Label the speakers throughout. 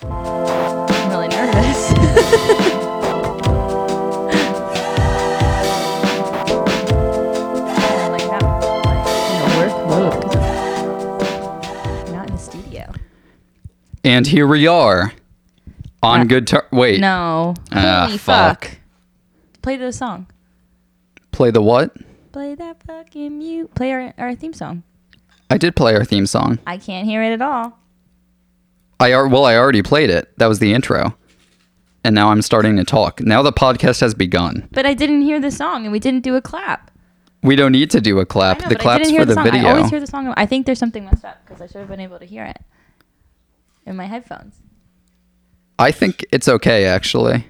Speaker 1: And here we are on
Speaker 2: Uh,
Speaker 1: good ter- wait.
Speaker 2: No.
Speaker 1: Ah,
Speaker 2: Holy
Speaker 1: fuck.
Speaker 2: Play the song.
Speaker 1: Play the what?
Speaker 2: Play that fucking mute. Play our, our theme song.
Speaker 1: I did play our theme song.
Speaker 2: I can't hear it at all.
Speaker 1: I ar- well, I already played it. That was the intro. And now I'm starting to talk. Now the podcast has begun.
Speaker 2: But I didn't hear the song and we didn't do a clap.
Speaker 1: We don't need to do a clap.
Speaker 2: I know,
Speaker 1: the
Speaker 2: but I
Speaker 1: claps
Speaker 2: didn't hear
Speaker 1: for the,
Speaker 2: song. I
Speaker 1: video.
Speaker 2: always hear the song. I think there's something messed up because I should have been able to hear it in my headphones.
Speaker 1: I think it's okay actually.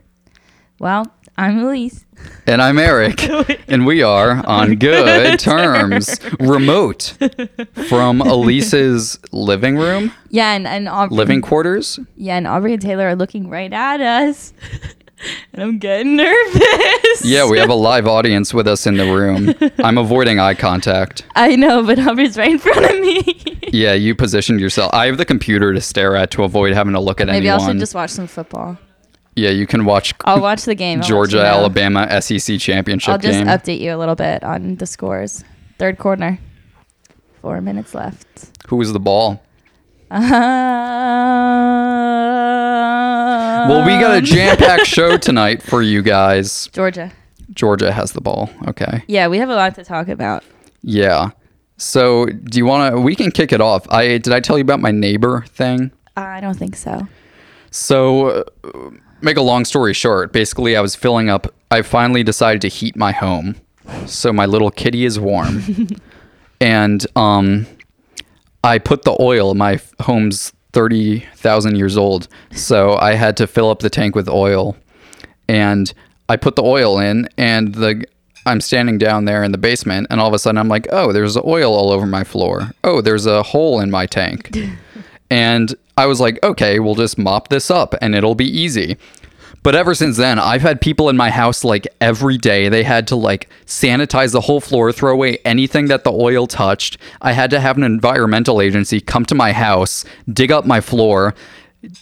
Speaker 2: Well, I'm Elise.
Speaker 1: And I'm Eric, and we are on good terms, remote from Elise's living room,
Speaker 2: Yeah, and, and Aubrey,
Speaker 1: living quarters.
Speaker 2: Yeah, and Aubrey and Taylor are looking right at us, and I'm getting nervous.
Speaker 1: Yeah, we have a live audience with us in the room. I'm avoiding eye contact.
Speaker 2: I know, but Aubrey's right in front of me.
Speaker 1: Yeah, you positioned yourself. I have the computer to stare at to avoid having to look at
Speaker 2: Maybe
Speaker 1: anyone.
Speaker 2: I should just watch some football.
Speaker 1: yeah, you can watch
Speaker 2: I'll watch the game. I'll let
Speaker 1: Georgia
Speaker 2: you know.
Speaker 1: Alabama SEC championship
Speaker 2: I'll just
Speaker 1: game.
Speaker 2: update you a little bit on the scores. Third quarter. Four minutes left.
Speaker 1: Who was the ball? Well,
Speaker 2: well,
Speaker 1: we got a
Speaker 2: Um.
Speaker 1: jam-packed show tonight for you guys.
Speaker 2: Georgia.
Speaker 1: Georgia has the ball. Okay.
Speaker 2: Yeah, we have a lot to talk about.
Speaker 1: Yeah. So, do you want to? We can kick it off. I did I tell you about my neighbor thing?
Speaker 2: I don't think so.
Speaker 1: So, uh, make a long story short, basically, I was filling up. I finally decided to heat my home, so my little kitty is warm, and um, I put the oil. My f- home's thirty thousand years old, so I had to fill up the tank with oil, and I put the oil in, and the I'm standing down there in the basement, and all of a sudden I'm like, oh, there's oil all over my floor. Oh, there's a hole in my tank. And I was like, okay, we'll just mop this up and it'll be easy. But ever since then, I've had people in my house like every day. They had to like sanitize the whole floor, throw away anything that the oil touched. I had to have an environmental agency come to my house, dig up my floor,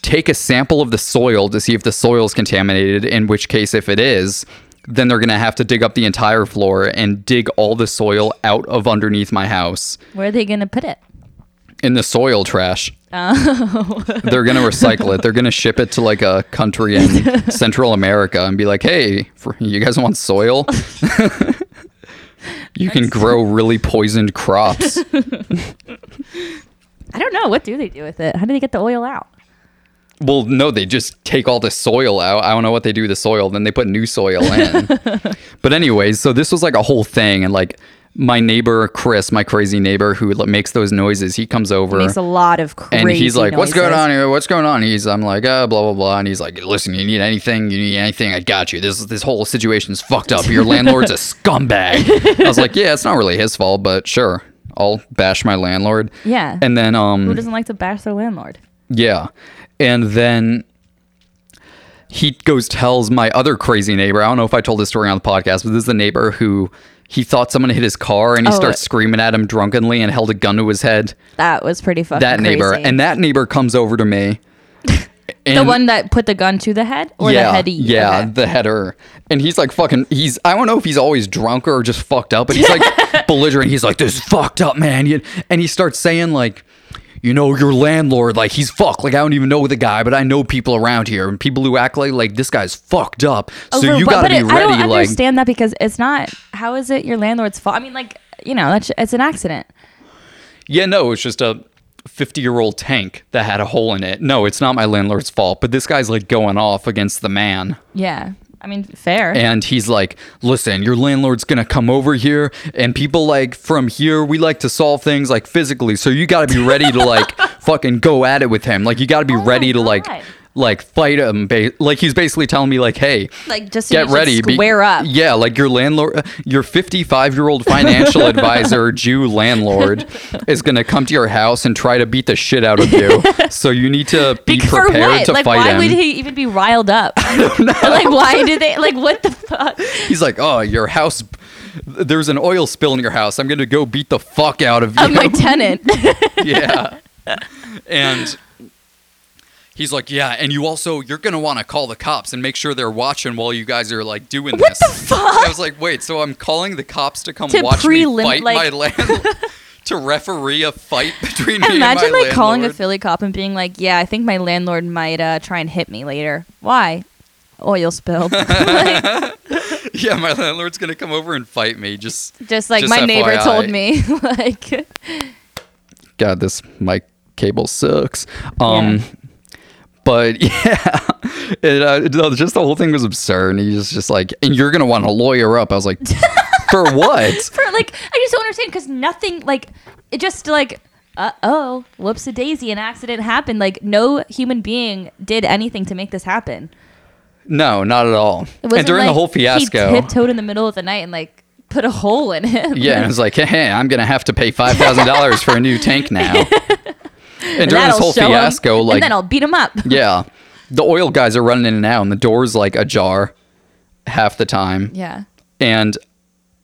Speaker 1: take a sample of the soil to see if the soil's contaminated, in which case, if it is, then they're going to have to dig up the entire floor and dig all the soil out of underneath my house
Speaker 2: Where are they going to put it?
Speaker 1: in the soil trash. They're gonna recycle it. They're gonna ship it to like a country in Central America and be like, "Hey, for, you guys want soil? you can grow really poisoned crops."
Speaker 2: I don't know. What do they do with it? How do they get the oil out?
Speaker 1: well, no, they just take all the soil out. I don't know what they do with the soil. Then they put new soil in. but anyways, so this was like a whole thing, and like my neighbor Chris, my crazy neighbor who like, makes those noises, he comes over.
Speaker 2: Makes a lot of crazy
Speaker 1: and he's like, "What's going
Speaker 2: noises.
Speaker 1: on here? What's going on?" He's, I'm like, "Uh, blah blah blah," and he's like, "Listen, you need anything? You need anything? I got you. This this whole situation's fucked up. Your landlord's a scumbag." I was like, "Yeah, it's not really his fault, but sure, I'll bash my landlord."
Speaker 2: Yeah.
Speaker 1: And then, um,
Speaker 2: Who doesn't like to bash their landlord?
Speaker 1: yeah. And then he goes tells my other crazy neighbor. I don't know if I told this story on the podcast, but this is the neighbor who he thought someone hit his car and he
Speaker 2: Oh.
Speaker 1: starts screaming at him drunkenly and held a gun to his head.
Speaker 2: That was pretty fucking
Speaker 1: That neighbor.
Speaker 2: crazy.
Speaker 1: And that neighbor comes over to me.
Speaker 2: the
Speaker 1: and-
Speaker 2: one that put the gun to the head or the heady?
Speaker 1: yeah,
Speaker 2: Okay.
Speaker 1: the header. And he's like fucking. He's. I don't know if he's always drunk or just fucked up, but he's like belligerent. He's like, "This is fucked up, man." You- And he starts saying like, "You know, your landlord, like he's fucked. Like I don't even know the guy, but I know people around here and people who act like like this guy's fucked up. So
Speaker 2: Over-
Speaker 1: you
Speaker 2: but-
Speaker 1: got to
Speaker 2: Oh, but
Speaker 1: be
Speaker 2: it-
Speaker 1: ready."
Speaker 2: I don't
Speaker 1: like,
Speaker 2: understand that because it's not. How is it your landlord's fault? I mean, like you know, that's it's an accident.
Speaker 1: yeah, no, it's just a. 50 year old tank that had a hole in it. No, it's not my landlord's fault, but this guy's like going off against the man.
Speaker 2: Yeah, I mean, fair.
Speaker 1: and he's like, "Listen, your landlord's gonna come over here, and people like from here, we like to solve things like physically. So you gotta be ready to like fucking go at it with him. Like you gotta be ready to like
Speaker 2: Oh God.
Speaker 1: like fight him. Ba- like he's basically telling me like, hey,
Speaker 2: like just so you
Speaker 1: get
Speaker 2: should
Speaker 1: ready, be-
Speaker 2: square up.
Speaker 1: Yeah, like your landlord, your 55 year old financial advisor, Jew landlord, is gonna come to your house and try to beat the shit out of you. so you need to be
Speaker 2: Like, for
Speaker 1: prepared
Speaker 2: what?
Speaker 1: to
Speaker 2: like,
Speaker 1: fight
Speaker 2: why
Speaker 1: him.
Speaker 2: would he even be riled up? like, why did they? Like, what the fuck?
Speaker 1: He's like, oh, your house. There's an oil spill in your house. I'm gonna go beat the fuck out of you.
Speaker 2: Of my tenant.
Speaker 1: yeah. And he's like, yeah, and you also you're gonna want to call the cops and make sure they're watching while you guys are like doing this. What the fuck? I was like, wait, so I'm calling the cops to come
Speaker 2: To
Speaker 1: watch
Speaker 2: prelim-
Speaker 1: me fight
Speaker 2: like-
Speaker 1: my landlord. to referee a fight between me
Speaker 2: Imagine
Speaker 1: and my
Speaker 2: like calling a
Speaker 1: landlord.
Speaker 2: Philly cop and being like, "Yeah, I think my landlord might uh, try and hit me later." Why? Oil spill. Like,
Speaker 1: Yeah, my landlord's gonna come over and fight me. Just
Speaker 2: just like
Speaker 1: Just
Speaker 2: my neighbor
Speaker 1: FYI.
Speaker 2: told me. like,
Speaker 1: God, this mic cable sucks. Um,
Speaker 2: Yeah.
Speaker 1: but yeah, it, uh, no, just the whole thing was absurd. And he was just like, and you're gonna want to lawyer up. I was like, for what?
Speaker 2: for like, I just don't understand because nothing like it just like. Uh oh, whoops a daisy, an accident happened. Like, no human being did anything to make this happen.
Speaker 1: No, not at all.
Speaker 2: It
Speaker 1: And
Speaker 2: wasn't
Speaker 1: during the
Speaker 2: like
Speaker 1: whole
Speaker 2: He
Speaker 1: fiasco,
Speaker 2: tiptoed in the middle of the night and like put a hole in it.
Speaker 1: yeah, and it was like, hey, I'm gonna have to pay five thousand dollars for a new tank now. And during this
Speaker 2: That'll
Speaker 1: whole
Speaker 2: show 'em,
Speaker 1: fiasco, like,
Speaker 2: and then I'll beat him up.
Speaker 1: yeah, the oil guys are running in and out, and the door's like ajar half the time.
Speaker 2: Yeah.
Speaker 1: and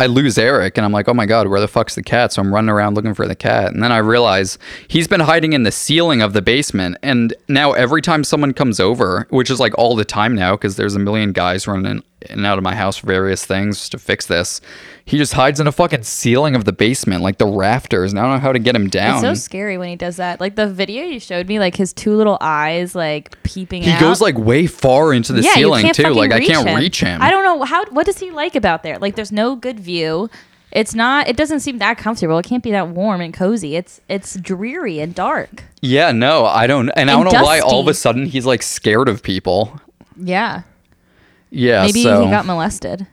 Speaker 1: I lose Eric, and I'm like, oh my god, where the fuck's the cat? So I'm running around looking for the cat, and then I realize he's been hiding in the ceiling of the basement, and now every time someone comes over, which is like all the time now, because there's a million guys running in and out of my house for various things just to fix this, he just hides in a fucking ceiling of the basement, like the rafters, and I don't know how to get him
Speaker 2: It's
Speaker 1: down.
Speaker 2: so scary when he does that. Like the video you showed me, like his two little eyes, like peeping.
Speaker 1: he
Speaker 2: out.
Speaker 1: goes like way far into the
Speaker 2: Yeah, you
Speaker 1: ceiling
Speaker 2: can't
Speaker 1: too,
Speaker 2: fucking
Speaker 1: like I can't reach him.
Speaker 2: I don't know how. What does he like about there? Like, there's no good view. It's not. It doesn't seem that comfortable. It can't be that warm and cozy. It's it's dreary and dark.
Speaker 1: yeah, no, I don't, and, I
Speaker 2: And
Speaker 1: don't know why all of a
Speaker 2: dusty.
Speaker 1: sudden he's like scared of people.
Speaker 2: Yeah.
Speaker 1: Yeah,
Speaker 2: Maybe
Speaker 1: Uh, so.
Speaker 2: he got molested.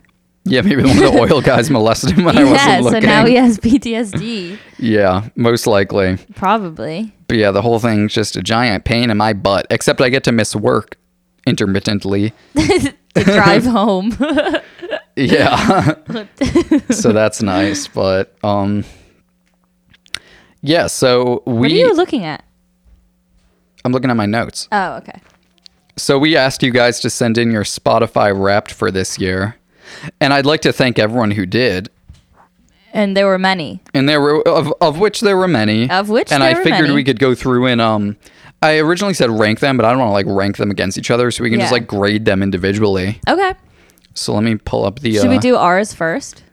Speaker 1: Yeah, maybe one of the oil guys molested him when I
Speaker 2: Yeah.
Speaker 1: wasn't
Speaker 2: So
Speaker 1: looking.
Speaker 2: now he has PTSD.
Speaker 1: yeah, most likely.
Speaker 2: Probably.
Speaker 1: But yeah, the whole thing's just a giant pain in my butt. Except I get to miss work intermittently.
Speaker 2: To drive home.
Speaker 1: Yeah. so that's nice, but um Yeah, so we
Speaker 2: what are you looking at?
Speaker 1: I'm looking at my notes.
Speaker 2: Oh, okay.
Speaker 1: So we asked you guys to send in your Spotify wrapped for this year. And I'd like to thank everyone who did.
Speaker 2: And there were many.
Speaker 1: and there were of, of which there were many
Speaker 2: Of which
Speaker 1: and
Speaker 2: there
Speaker 1: i
Speaker 2: were
Speaker 1: figured
Speaker 2: many.
Speaker 1: we could go through and um i originally said rank them but i don't want to like rank them against each other so we can just
Speaker 2: Yeah.
Speaker 1: like grade them individually
Speaker 2: Okay.
Speaker 1: so let me pull up the
Speaker 2: Should we
Speaker 1: uh,
Speaker 2: do ours first?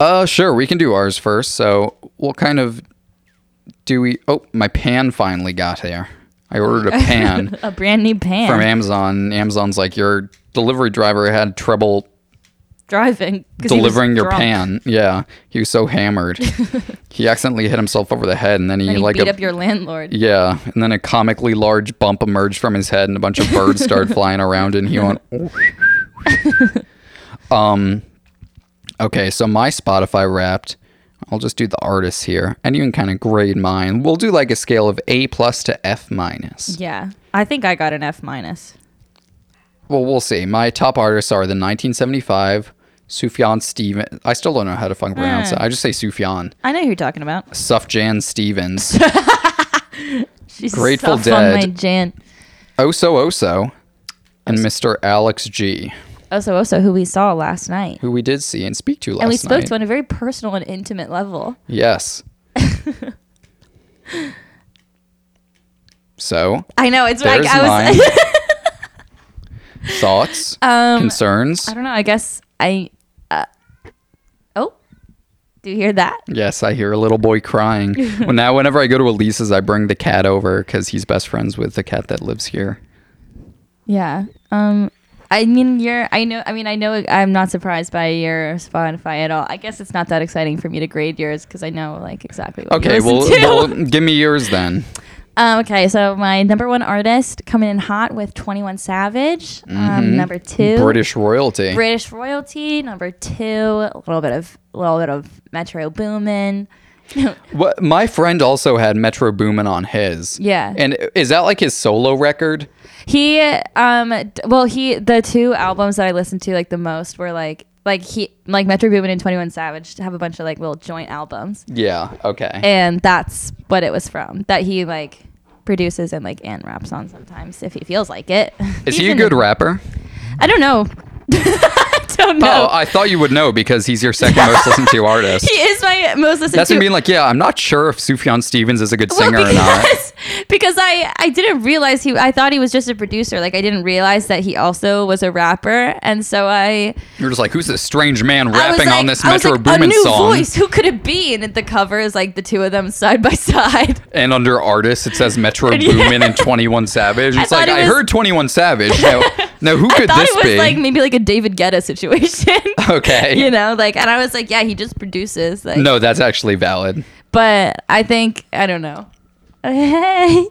Speaker 1: uh sure we can do ours first so we'll kind of do we oh my pan finally got here i ordered a pan
Speaker 2: A brand new pan.
Speaker 1: from amazon amazon's like your delivery driver had trouble
Speaker 2: driving. 'cause he was
Speaker 1: delivering your
Speaker 2: drunk.
Speaker 1: pan yeah he was so hammered he accidentally hit himself over the head and then he
Speaker 2: And he
Speaker 1: like
Speaker 2: beat
Speaker 1: a,
Speaker 2: up your landlord.
Speaker 1: Yeah, and then a comically large bump emerged from his head, and a bunch of birds started flying around, and he went. um, okay, so my Spotify Wrapped. I'll just do the artists here, and you can kind of grade mine. We'll do like a scale of A plus to F minus.
Speaker 2: Yeah, I think I got an F minus.
Speaker 1: Well, we'll see. My top artists are the 1975 Sufjan Stevens. I still don't know how to fucking pronounce
Speaker 2: Mm.
Speaker 1: it. I just say Sufjan.
Speaker 2: I know who you're talking about.
Speaker 1: Sufjan Stevens.
Speaker 2: She's
Speaker 1: Grateful
Speaker 2: stuff on my
Speaker 1: Dead.
Speaker 2: Jan.
Speaker 1: Oso Oso. And Mr. Alex G.
Speaker 2: Also, also who we saw last night,
Speaker 1: who we did see and speak to last night.
Speaker 2: and we spoke to on a very personal and intimate level.
Speaker 1: Yes. so,
Speaker 2: I know it's
Speaker 1: there's
Speaker 2: like I was.
Speaker 1: mine. Thoughts,
Speaker 2: Um,
Speaker 1: concerns.
Speaker 2: I don't know. I guess I. Uh, oh, do you hear that?
Speaker 1: Yes, I hear a little boy crying. well, now whenever I go to Elise's, I bring the cat over because he's best friends with the cat that lives here.
Speaker 2: Yeah. Um. I mean, you're. I know. I mean, I know. I'm not surprised by your Spotify at all. I guess it's not that exciting for me to grade yours because I know like exactly what.
Speaker 1: Okay,
Speaker 2: you
Speaker 1: well,
Speaker 2: listen to.
Speaker 1: well, give me yours then.
Speaker 2: Um, okay, so my number one artist coming in hot with 21 Savage. Um, number two,
Speaker 1: Mm-hmm. British royalty.
Speaker 2: British royalty. Number two, a little bit of a little bit of Metro Boomin.
Speaker 1: What, my friend also had Metro Boomin on his.
Speaker 2: Yeah.
Speaker 1: And is that like his solo record?
Speaker 2: he, um, d- well, he the two albums that I listened to like the most were like like he like Metro Boomin and 21 Savage have a bunch of like little joint albums,
Speaker 1: Yeah, okay.
Speaker 2: and that's what it was from that he like produces and like and raps on sometimes if he feels like it.
Speaker 1: is
Speaker 2: He's
Speaker 1: he a
Speaker 2: in the-
Speaker 1: good rapper?
Speaker 2: I don't know. don't know.
Speaker 1: Oh, I thought you would know because he's your second most listened to artist.
Speaker 2: he is my most listened
Speaker 1: That's
Speaker 2: to.
Speaker 1: him being like, yeah, I'm not sure if Sufjan Stevens is a good
Speaker 2: well,
Speaker 1: singer or not.
Speaker 2: because, because I, I didn't realize he I thought he was just a producer like I didn't realize that he also was a rapper and so I
Speaker 1: You're just like, who's this strange man
Speaker 2: I was
Speaker 1: rapping on
Speaker 2: like-
Speaker 1: this
Speaker 2: I was
Speaker 1: Metro
Speaker 2: like, a
Speaker 1: Boomin
Speaker 2: new
Speaker 1: song?
Speaker 2: voice who could it be and at the cover is like the two of them side by side
Speaker 1: And under artists, it says Metro
Speaker 2: Yeah.
Speaker 1: Boomin and 21 Savage.
Speaker 2: I
Speaker 1: It's like,
Speaker 2: thought it
Speaker 1: I
Speaker 2: was-
Speaker 1: heard 21 Savage. Now, now who
Speaker 2: I
Speaker 1: could
Speaker 2: thought
Speaker 1: this
Speaker 2: it was
Speaker 1: be?
Speaker 2: like maybe like a David Guetta situation
Speaker 1: Okay.
Speaker 2: you know like and I was like yeah he just produces like
Speaker 1: no, that's actually valid.
Speaker 2: but I think I don't know. Hey.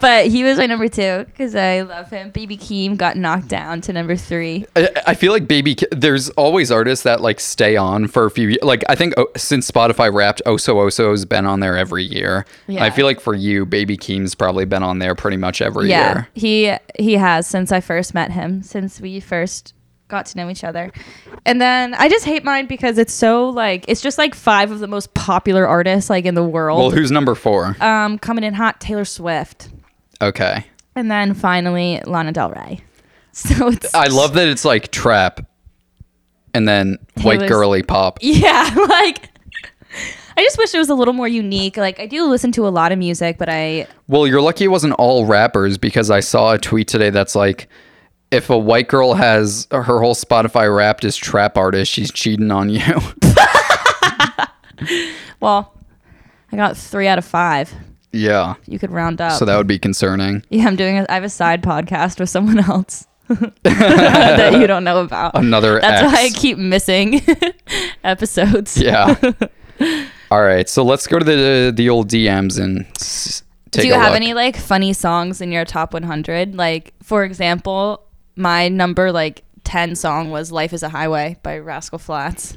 Speaker 2: but he was my number two because I love him. BB Keem got knocked down to number three.
Speaker 1: I, I feel like Baby, K- there's always artists that like stay on for a few years. Like I think oh, since Spotify Wrapped, Oso Oso's been on there every year.
Speaker 2: Yeah.
Speaker 1: I feel like for you, Baby Keem's probably been on there pretty much every
Speaker 2: Yeah,
Speaker 1: year.
Speaker 2: he he has since I first met him, since we first got to know each other. And then I just hate mine because it's so like it's just like five of the most popular artists like in the
Speaker 1: Well,
Speaker 2: world.
Speaker 1: who's number four?
Speaker 2: um, coming in hot, Taylor Swift,
Speaker 1: Okay,
Speaker 2: and then finally Lana Del Rey. So it's
Speaker 1: I love that it's like trap, and then white
Speaker 2: Taylor's-
Speaker 1: girly pop.
Speaker 2: Yeah, like I just wish it was a little more unique. Like I do listen to a lot of music, but I
Speaker 1: Well, you're lucky it wasn't all rappers because I saw a tweet today that's like, if a white girl has her whole Spotify Wrapped is trap artist, she's cheating on you.
Speaker 2: well, I got three out of five.
Speaker 1: yeah,
Speaker 2: You could round up.
Speaker 1: so that would be concerning.
Speaker 2: yeah, I'm doing. A, I have a side podcast with someone else that you don't know about.
Speaker 1: Another
Speaker 2: That's
Speaker 1: X.
Speaker 2: why I keep missing episodes.
Speaker 1: Yeah. All right, so let's go to the the old DMs and s- take
Speaker 2: Do you
Speaker 1: a
Speaker 2: have
Speaker 1: look.
Speaker 2: any like funny songs in your top 100? Like, for example, my number like 10 song was "Life Is a Highway" by Rascal Flats.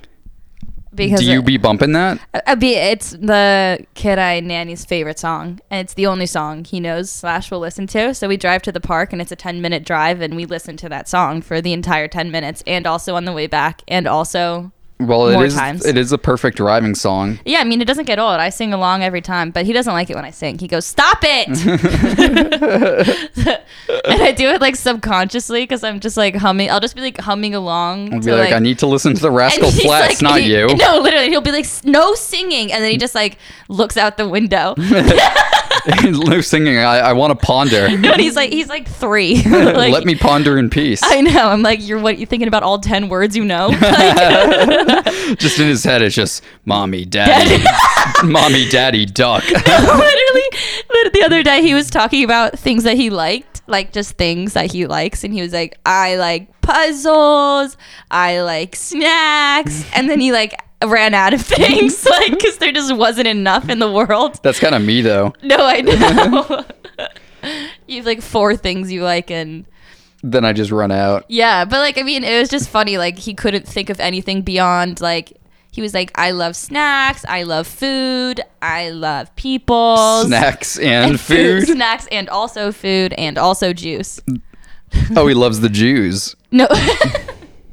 Speaker 2: Because uh,
Speaker 1: Do you
Speaker 2: it-
Speaker 1: be bumping that?
Speaker 2: I Uh, be it's the kid I nanny's favorite song, and it's the only song he knows slash will listen to. So we drive to the park, and it's a ten minute drive, and we listen to that song for the entire ten minutes, and also on the way back, and also
Speaker 1: Well, it
Speaker 2: More
Speaker 1: is
Speaker 2: times.
Speaker 1: it is a perfect driving song.
Speaker 2: yeah. I mean, it doesn't get old. I sing along every time, but he doesn't like it when I sing. He goes, "Stop it!" and I do it like subconsciously because I'm just like humming. I'll just be like humming along.
Speaker 1: I'll be like, I need to listen to the
Speaker 2: And
Speaker 1: Rascal
Speaker 2: he's like-
Speaker 1: Flats, not
Speaker 2: he-
Speaker 1: you.
Speaker 2: No, literally, he'll be like, "S- no singing, and then he just like looks out the window.
Speaker 1: no singing. I, I want to ponder.
Speaker 2: No, and he's like, he's like three. like,
Speaker 1: Let me ponder in peace.
Speaker 2: I know. I'm like, you're what? You thinking about all ten words you know?
Speaker 1: just in his head, it's just mommy, daddy, mommy, daddy, duck.
Speaker 2: literally lit- the other day he was talking about things that he liked like just things that he likes and he was like i like puzzles i like snacks and then he like ran out of things like because there just wasn't enough in the world
Speaker 1: That's kind of me though.
Speaker 2: no i know you have like four things you like and
Speaker 1: Then I just run out.
Speaker 2: yeah but like i mean it was just funny like he couldn't think of anything beyond like he was like, I love snacks. I love food. I love people.
Speaker 1: Snacks and, food.
Speaker 2: snacks, and also food, and also juice.
Speaker 1: Oh, he loves the Jews.
Speaker 2: No,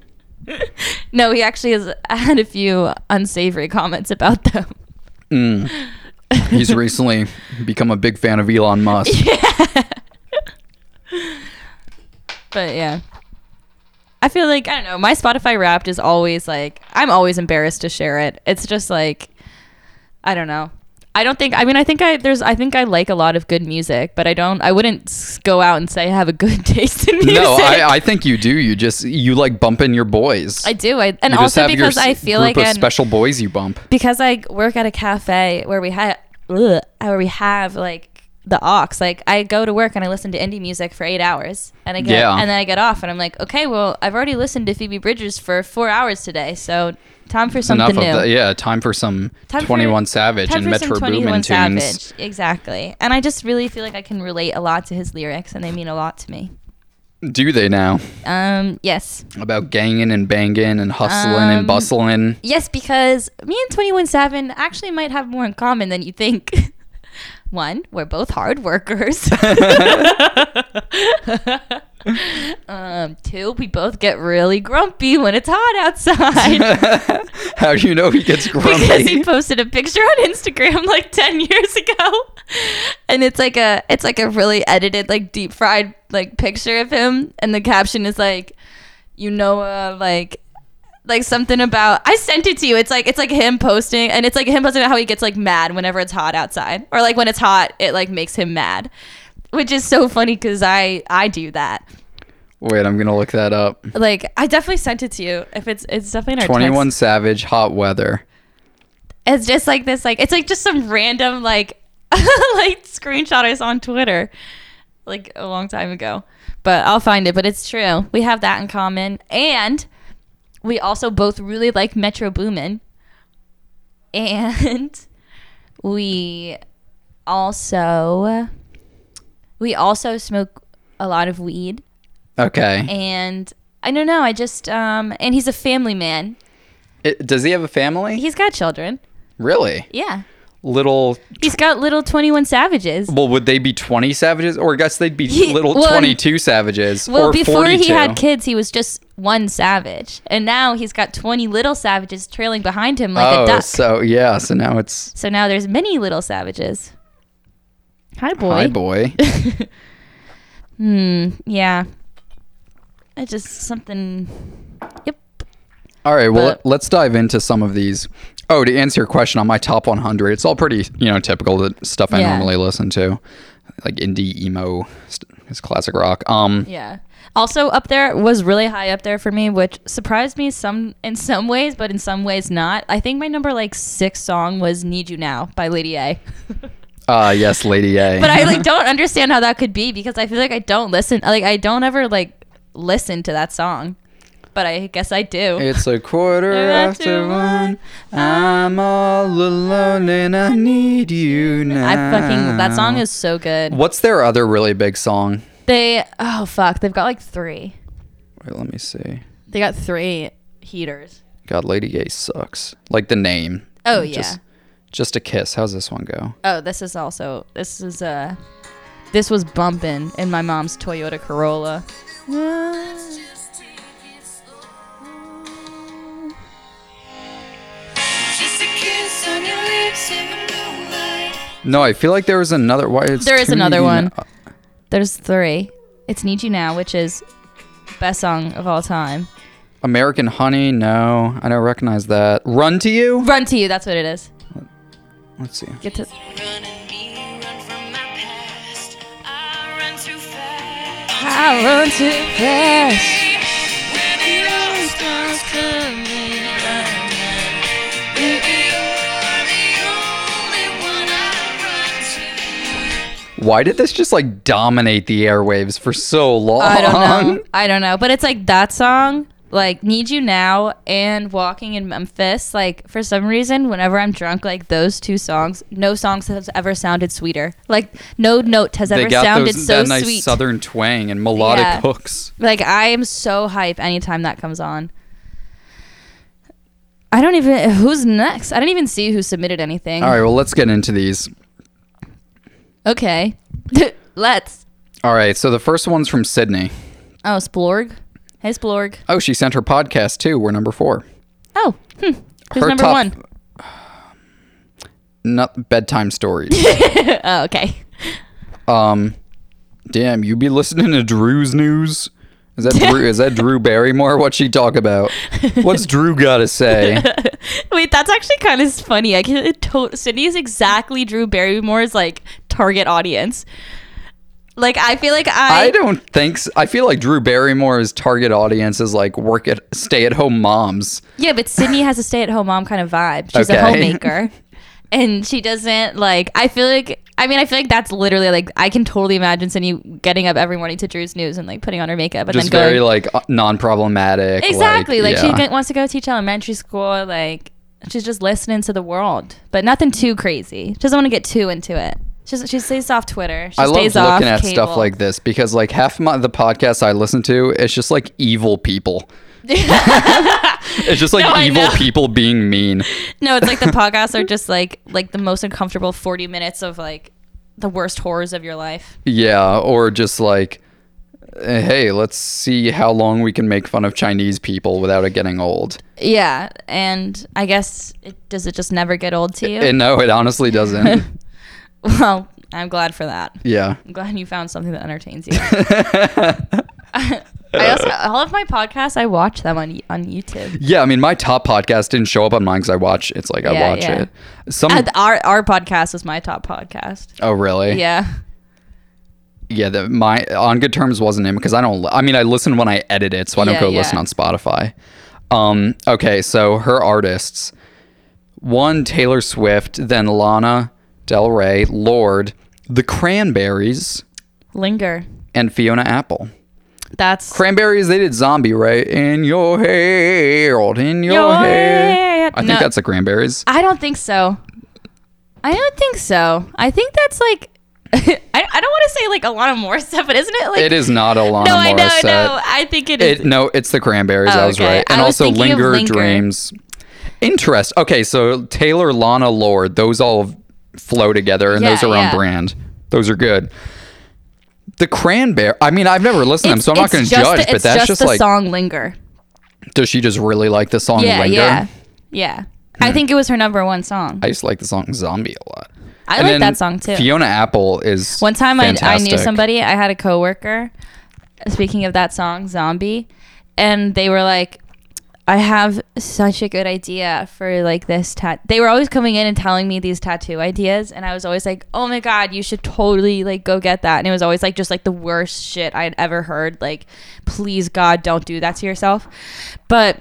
Speaker 2: no, he actually has had a few unsavory comments about them.
Speaker 1: Mm. He's recently become a big fan of Elon Musk.
Speaker 2: But yeah, I feel like I don't know. My Spotify Wrapped is always like I'm always embarrassed to share it. It's just like I don't know. I don't think. I mean, I think I there's. I think I like a lot of good music, but I don't. I wouldn't s- go out and say I have a good taste in music.
Speaker 1: No, I, I think you do. You just you like bumping your boys.
Speaker 2: I do. I and
Speaker 1: you just
Speaker 2: also
Speaker 1: have
Speaker 2: because
Speaker 1: your
Speaker 2: I
Speaker 1: s-
Speaker 2: feel
Speaker 1: group
Speaker 2: like
Speaker 1: of
Speaker 2: an,
Speaker 1: special boys you bump.
Speaker 2: because I work at a cafe where we have where we have like the aux. Like I go to work and I listen to indie music for eight hours, and I get
Speaker 1: Yeah.
Speaker 2: and then I get off, and I'm like, okay, well, I've already listened to Phoebe Bridgers for four hours today, so time for something
Speaker 1: Enough
Speaker 2: new.
Speaker 1: of that. Yeah, time for some
Speaker 2: Time for-
Speaker 1: Twenty One Savage
Speaker 2: Time
Speaker 1: and
Speaker 2: for some
Speaker 1: Metro
Speaker 2: 21
Speaker 1: Boomin tunes.
Speaker 2: Savage. Exactly. And I just really feel like I can relate a lot to his lyrics and they mean a lot to me.
Speaker 1: Do they now?
Speaker 2: Um, yes.
Speaker 1: About ganging and banging and hustling
Speaker 2: Um,
Speaker 1: and bustling.
Speaker 2: Yes, because me and 21 Savin actually might have more in common than you think. One, we're both hard workers. um, two, we both get really grumpy when it's hot outside.
Speaker 1: How do you know he gets grumpy?
Speaker 2: because he posted a picture on Instagram like 10 years ago. And it's like a it's like a really edited like deep fried like picture of him and the caption is like you know, uh, like like something about I sent it to you. It's like it's like him posting and it's like him posting about how he gets like mad whenever it's hot outside or like when it's hot it like makes him mad. Which is so funny cuz I I do that.
Speaker 1: Wait, I'm gonna look that up.
Speaker 2: Like I definitely sent it to you. If it's it's definitely in our
Speaker 1: Twenty
Speaker 2: 21
Speaker 1: one Savage, hot weather.
Speaker 2: It's just like this like it's like just some random like like screenshot I saw on Twitter like a long time ago. But I'll find it, but it's true. We have that in common and we also both really like Metro Boomin. And we also we also smoke a lot of weed
Speaker 1: Okay.
Speaker 2: and I don't know, I just um and he's a family man.
Speaker 1: It, does he have a family?
Speaker 2: He's got children.
Speaker 1: Really?
Speaker 2: Yeah.
Speaker 1: Little.
Speaker 2: He's got little 21 savages.
Speaker 1: Well, would they be twenty savages, or I guess they'd be
Speaker 2: He-
Speaker 1: little
Speaker 2: well,
Speaker 1: twenty two savages,
Speaker 2: Well,
Speaker 1: or
Speaker 2: before
Speaker 1: 42.
Speaker 2: he had kids, he was just one savage. And now he's got 20 little savages trailing behind him like
Speaker 1: oh,
Speaker 2: a duck. So-,
Speaker 1: so yeah, so now it's
Speaker 2: now there's many little savages. Hi, boy.
Speaker 1: hi boy.
Speaker 2: Hmm. Yeah. It's just something. Yep.
Speaker 1: All right, well,
Speaker 2: But-
Speaker 1: let's dive into some of these. Oh, to answer your question on my top 100, it's all pretty, you know, typical to stuff I
Speaker 2: Yeah.
Speaker 1: normally listen to, like indie emo, st- it's classic rock. Um,
Speaker 2: Yeah. Also up there was really high up there for me, which surprised me some in some ways, but in some ways not. I think my number like six song was "Need You Now" by Lady A.
Speaker 1: uh, yes, Lady A.
Speaker 2: but I like don't understand how that could be because I feel like I don't listen like I don't ever like listen to that song. But I guess I do.
Speaker 1: It's a quarter after one.
Speaker 2: Ah.
Speaker 1: I'm all alone and I need you now.
Speaker 2: I fucking that song is so good.
Speaker 1: What's their other really big song?
Speaker 2: They oh fuck, they've got like 3.
Speaker 1: Wait, let me see.
Speaker 2: They got 3 heaters.
Speaker 1: God, Lady A sucks. Like the name.
Speaker 2: Oh yeah.
Speaker 1: Just- Just a kiss. How's this one go?
Speaker 2: Oh, this is also this is uh this was bumping in my mom's Toyota Corolla.
Speaker 3: Just a kiss on your lips in the moonlight.
Speaker 1: No, I feel like there was another. Why it's
Speaker 2: There is
Speaker 1: too
Speaker 2: another
Speaker 1: easy
Speaker 2: one.
Speaker 1: now.
Speaker 2: There's three. It's Need You Now, which is best song of all time.
Speaker 1: American Honey. No, I don't recognize that. Run to you.
Speaker 2: Run to you, that's what it is.
Speaker 1: Let's see.
Speaker 2: Get to
Speaker 3: Run and me, run from my past. I run too fast.
Speaker 2: I run too fast.
Speaker 3: When it all starts coming undone. Baby, you're the only one I run to.
Speaker 1: Why did this just like dominate the airwaves for so long?
Speaker 2: I don't know. I don't know. But it's like that song, like Need You Now and Walking in Memphis. Like for some reason, whenever I'm drunk, like those two songs, no songs has ever sounded sweeter. Like no note has
Speaker 1: They
Speaker 2: ever
Speaker 1: got
Speaker 2: sounded
Speaker 1: those,
Speaker 2: so
Speaker 1: that nice
Speaker 2: sweet.
Speaker 1: southern twang and melodic
Speaker 2: Yeah.
Speaker 1: hooks.
Speaker 2: like I am so hype anytime that comes on. I don't even who's next. I didn't even see who submitted anything.
Speaker 1: All right, well, let's get into these.
Speaker 2: Okay. Let's.
Speaker 1: All right, so the first one's from Sydney.
Speaker 2: Oh, Splorg. Hey, Splorg.
Speaker 1: Oh, she sent her podcast too. We're number four.
Speaker 2: Oh, hmm. who's
Speaker 1: Her
Speaker 2: number
Speaker 1: top-
Speaker 2: one?
Speaker 1: Not bedtime stories.
Speaker 2: Oh, okay.
Speaker 1: um, damn, you be listening to Drew's news. Is that Drew, is that Drew Barrymore? What she talk about? What's Drew got to say?
Speaker 2: Wait, that's actually kind of funny. I can it to- Sydney is exactly Drew Barrymore's like target audience. Like I feel like I,
Speaker 1: I don't think. So. I feel like Drew Barrymore's target audience is like work at stay at home moms.
Speaker 2: yeah, but Sydney has a stay-at-home mom kind of vibe. She's
Speaker 1: Okay.
Speaker 2: a homemaker, and she doesn't like. I feel like I mean I feel like that's literally like I can totally imagine Sydney getting up every morning to Drew's news and like putting on her makeup and
Speaker 1: Just
Speaker 2: then going
Speaker 1: very like non problematic.
Speaker 2: exactly like,
Speaker 1: yeah.
Speaker 2: she g- wants to go teach elementary school like she's just listening to the world but nothing too crazy she doesn't want to get too into it she's, she stays off twitter she
Speaker 1: I love
Speaker 2: stays
Speaker 1: looking
Speaker 2: off
Speaker 1: at
Speaker 2: cable.
Speaker 1: stuff like this because like half my, the podcasts I listen to it's just like evil people. it's just like
Speaker 2: No, I
Speaker 1: evil
Speaker 2: know.
Speaker 1: people being mean.
Speaker 2: no it's like the podcasts are just like like the most uncomfortable 40 minutes of like the worst horrors of your life
Speaker 1: Yeah, or just like eh, hey, let's see how long we can make fun of Chinese people without it getting old.
Speaker 2: yeah and i guess it, does it just never get old to you
Speaker 1: And no, it honestly doesn't.
Speaker 2: well i'm glad for that
Speaker 1: yeah.
Speaker 2: i'm glad you found something that entertains you I also all of my podcasts I watch them on on YouTube.
Speaker 1: Yeah, I mean, my top podcast didn't show up on mine because I watch. It's like I
Speaker 2: Yeah,
Speaker 1: watch
Speaker 2: yeah.
Speaker 1: it. Some.
Speaker 2: Uh, Our our podcast is my top podcast.
Speaker 1: oh really?
Speaker 2: Yeah.
Speaker 1: Yeah. The, my on good terms wasn't him because I don't. li- I mean, I listen when I edit it, so I don't
Speaker 2: Yeah,
Speaker 1: go
Speaker 2: yeah.
Speaker 1: listen on Spotify. Um. Okay. So her artists, one Taylor Swift, then Lana Del Rey, Lord, The Cranberries,
Speaker 2: Linger.
Speaker 1: and Fiona Apple.
Speaker 2: That's
Speaker 1: Cranberries, they did Zombie, right? In your hair, in your,
Speaker 2: Your
Speaker 1: hair.
Speaker 2: hair.
Speaker 1: I think
Speaker 2: No.
Speaker 1: that's the Cranberries.
Speaker 2: I don't think so. I don't think so. I think that's like I, I don't want to say like a lot of more stuff, but isn't it like
Speaker 1: It is not Alana
Speaker 2: No, I know,
Speaker 1: Morissette.
Speaker 2: no. I think it is.
Speaker 1: It, no, it's the Cranberries.
Speaker 2: Oh,
Speaker 1: I was
Speaker 2: okay.
Speaker 1: right. And
Speaker 2: I was
Speaker 1: also
Speaker 2: thinking of
Speaker 1: Linger,
Speaker 2: Linger.
Speaker 1: Dreams. Interest. Okay, so Taylor, Lana, Lord, those all flow together and those
Speaker 2: Yeah,
Speaker 1: are
Speaker 2: yeah.
Speaker 1: on brand. Those are good. The Cranberry. I mean, I've never listened to them, so I'm not
Speaker 2: It's
Speaker 1: going to
Speaker 2: just
Speaker 1: judge,
Speaker 2: the-
Speaker 1: but
Speaker 2: it's
Speaker 1: that's just
Speaker 2: the
Speaker 1: like,
Speaker 2: song linger.
Speaker 1: does she just really like the song
Speaker 2: Yeah,
Speaker 1: Linger? Hmm.
Speaker 2: yeah, yeah. I think it was her number one song.
Speaker 1: I used to like the song Zombie a lot.
Speaker 2: I
Speaker 1: And
Speaker 2: like
Speaker 1: then
Speaker 2: that song, too.
Speaker 1: Fiona Apple is
Speaker 2: One time I, I knew
Speaker 1: fantastic.
Speaker 2: somebody, I had a coworker, speaking of that song, Zombie, and they were like, I have such a good idea for like this tat. They were always coming in and telling me these tattoo ideas, and I was always like, "Oh my god, you should totally like go get that." And it was always like just like the worst shit I had ever heard. Like, please God, don't do that to yourself. But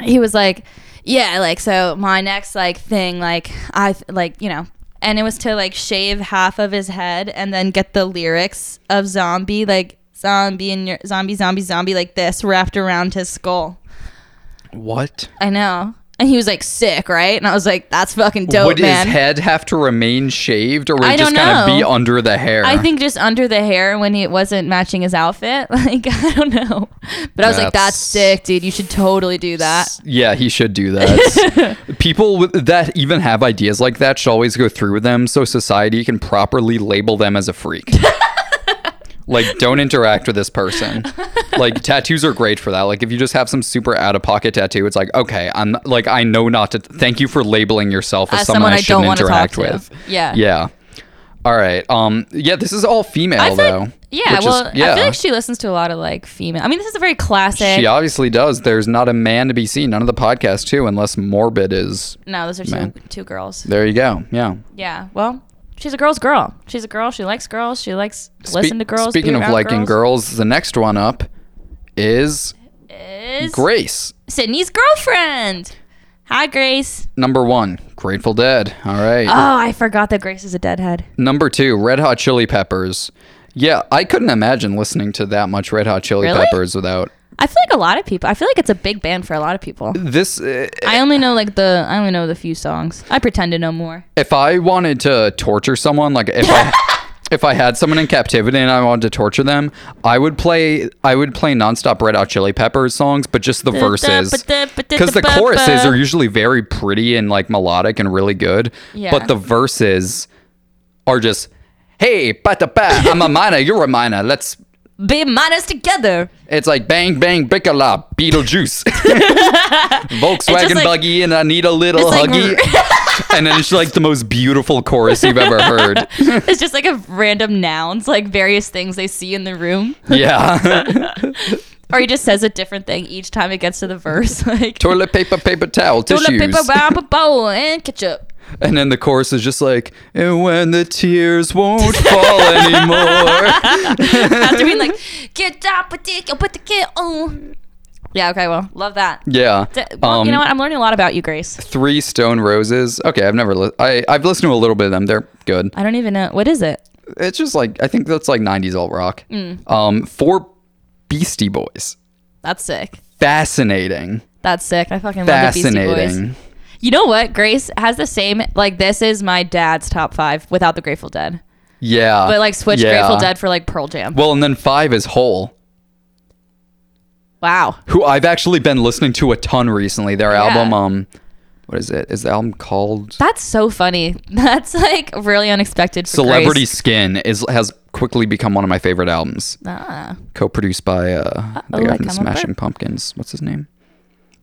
Speaker 2: he was like, yeah, like so my next like thing, like I like you know, and it was to like shave half of his head and then get the lyrics of zombie like zombie and your zombie zombie zombie like this wrapped around his skull.
Speaker 1: What?
Speaker 2: I know. And he was like sick, right? And I was like, that's fucking dope,
Speaker 1: would
Speaker 2: man.
Speaker 1: his head have to remain shaved, or would
Speaker 2: I
Speaker 1: it just
Speaker 2: don't
Speaker 1: kind of be
Speaker 2: know.
Speaker 1: under the hair?
Speaker 2: I think just under the hair when it wasn't matching his outfit. Like, I don't know. But I was like,
Speaker 1: That's-
Speaker 2: that's sick, dude. You should totally do that.
Speaker 1: Yeah, he should do that. People with, that even have ideas like that should always go through with them, so society can properly label them as a freak. like, don't interact with this person. Like, tattoos are great for that. Like, if you just have some super out of pocket tattoo, it's like, okay, I'm like, I know not to. Thank you for labeling yourself as,
Speaker 2: As someone I don't
Speaker 1: shouldn't
Speaker 2: wanna talk
Speaker 1: interact
Speaker 2: to.
Speaker 1: with.
Speaker 2: Yeah.
Speaker 1: Yeah. All right. Um. Yeah. This is all female
Speaker 2: I feel
Speaker 1: though.
Speaker 2: like, yeah,
Speaker 1: which is-
Speaker 2: well, I feel like she listens to a lot of like female. I mean, this is a very classic.
Speaker 1: She obviously does. There's not a man to be seen. None of the podcast too, unless Morbid is.
Speaker 2: no, those are two
Speaker 1: Man.
Speaker 2: two girls.
Speaker 1: There you go. Yeah.
Speaker 2: Yeah, well, she's a girl's girl. She's a girl. She likes girls. She likes listen
Speaker 1: Spe-
Speaker 2: to girls. be
Speaker 1: Speaking of
Speaker 2: around
Speaker 1: liking girls. the next one up is
Speaker 2: is
Speaker 1: Grace.
Speaker 2: Sydney's girlfriend. Hi, Grace.
Speaker 1: Number one, Grateful Dead. All right.
Speaker 2: Oh, I forgot that Grace is a deadhead.
Speaker 1: Number two, Red Hot Chili Peppers. Yeah, I couldn't imagine listening to that much Red Hot Chili
Speaker 2: Really?
Speaker 1: Peppers without
Speaker 2: I feel like a lot of people. I feel like it's a big band for a lot of people.
Speaker 1: this. uh,
Speaker 2: I only know like the I only know the few songs. I pretend to know more.
Speaker 1: if I wanted to torture someone, like if I if I had someone in captivity and I wanted to torture them, I would play I would play nonstop Red Hot Chili Peppers songs, but just the verses. Because the choruses are usually very pretty and like melodic and really good,
Speaker 2: Yeah.
Speaker 1: but the verses are just, "Hey, ba da ba, I'm a minor, you're a minor. Let's."
Speaker 2: be minus together.
Speaker 1: It's like bang bang bickola, Beetlejuice,
Speaker 2: just,
Speaker 1: Volkswagen
Speaker 2: like-
Speaker 1: buggy, and I need a little
Speaker 2: It's like-
Speaker 1: huggy. and then it's like the most beautiful chorus you've ever heard.
Speaker 2: It's just like a random nouns, like various things they see in the room.
Speaker 1: Yeah.
Speaker 2: Or he just says a different thing each time it gets to the verse. Like
Speaker 1: Toilet paper, paper towel, tissues.
Speaker 2: toilet paper, ba- ba- bowl, and ketchup.
Speaker 1: And then the chorus is just like, and when the tears won't fall anymore.
Speaker 2: After being like, get up with the with the kid. Oh. Yeah, okay, well, love that.
Speaker 1: Yeah.
Speaker 2: D- well,
Speaker 1: Um,
Speaker 2: you know what? I'm learning a lot about you, Grace.
Speaker 1: Three Stone Roses. Okay, I've never, li- I, I've listened to a little bit of them. They're good.
Speaker 2: I don't even know. What is it?
Speaker 1: It's just like, I think that's like 90s alt rock.
Speaker 2: Mm.
Speaker 1: Um, four Beastie Boys.
Speaker 2: That's sick.
Speaker 1: Fascinating.
Speaker 2: That's sick. I fucking love the Beastie Boys.
Speaker 1: Fascinating.
Speaker 2: You know what? Grace has the same, like, this is my dad's top five without the Grateful Dead.
Speaker 1: Yeah.
Speaker 2: But, like, switch
Speaker 1: Yeah.
Speaker 2: Grateful Dead for, like, Pearl Jam.
Speaker 1: Well, and then five is Hole.
Speaker 2: Wow.
Speaker 1: who I've actually been listening to a ton recently. Their
Speaker 2: Yeah.
Speaker 1: album, um, what is it? Is the album called
Speaker 2: That's so funny. That's like really unexpected. For
Speaker 1: Celebrity
Speaker 2: Grace.
Speaker 1: Skin? Is has quickly become one of my favorite albums.
Speaker 2: Ah.
Speaker 1: Co-produced by uh, the
Speaker 2: Uh-oh,
Speaker 1: guy
Speaker 2: I
Speaker 1: from
Speaker 2: come up
Speaker 1: Smashing
Speaker 2: with-
Speaker 1: Pumpkins. What's his name?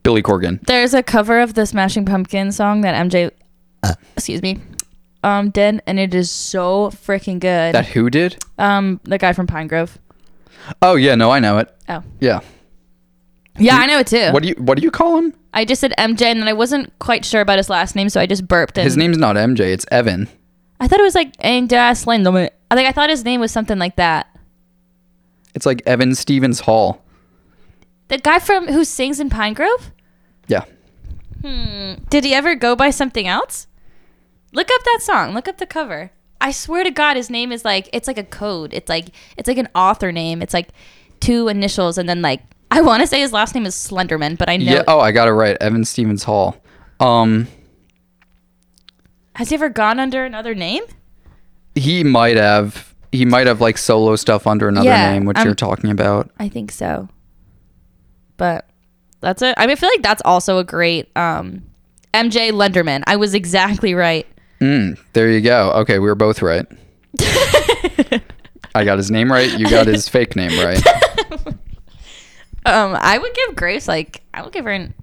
Speaker 1: Billy Corgan.
Speaker 2: There's a cover of the Smashing Pumpkins song that MJ,
Speaker 1: Uh.
Speaker 2: excuse me, um, did, and it is so freaking good.
Speaker 1: That who did?
Speaker 2: um, the guy from Pine Grove.
Speaker 1: Oh yeah, no, I know it.
Speaker 2: Oh.
Speaker 1: Yeah.
Speaker 2: Yeah, I know it too.
Speaker 1: What do you what do you call him?
Speaker 2: I just said MJ and then I wasn't quite sure about his last name, so I just burped. And
Speaker 1: His name's not MJ, it's Evan.
Speaker 2: I thought it was like Andas Lindelman. I think I thought his name was something like that.
Speaker 1: It's like Evan Stevens Hall.
Speaker 2: The guy from who sings in Pine Grove?
Speaker 1: Yeah.
Speaker 2: Did he ever go by something else? Look up that song. Look up the cover. I swear to God, his name is like it's like a code. It's like it's like an author name. It's like two initials and then like I want to say his last name is Slenderman, but I know
Speaker 1: Yeah. Oh, I got it right. Evan Stevens Hall. Um,
Speaker 2: has he ever gone under another name?
Speaker 1: he might have he might have like solo stuff under another
Speaker 2: Yeah,
Speaker 1: name, which
Speaker 2: I'm-
Speaker 1: you're talking about.
Speaker 2: I think so. But that's it. I mean, I feel like that's also a great um, MJ Lenderman. I was exactly right.
Speaker 1: Mm, there you go. Okay, we were both right. I got his name right. You got his fake name right.
Speaker 2: Um, I would give Grace like I would give her an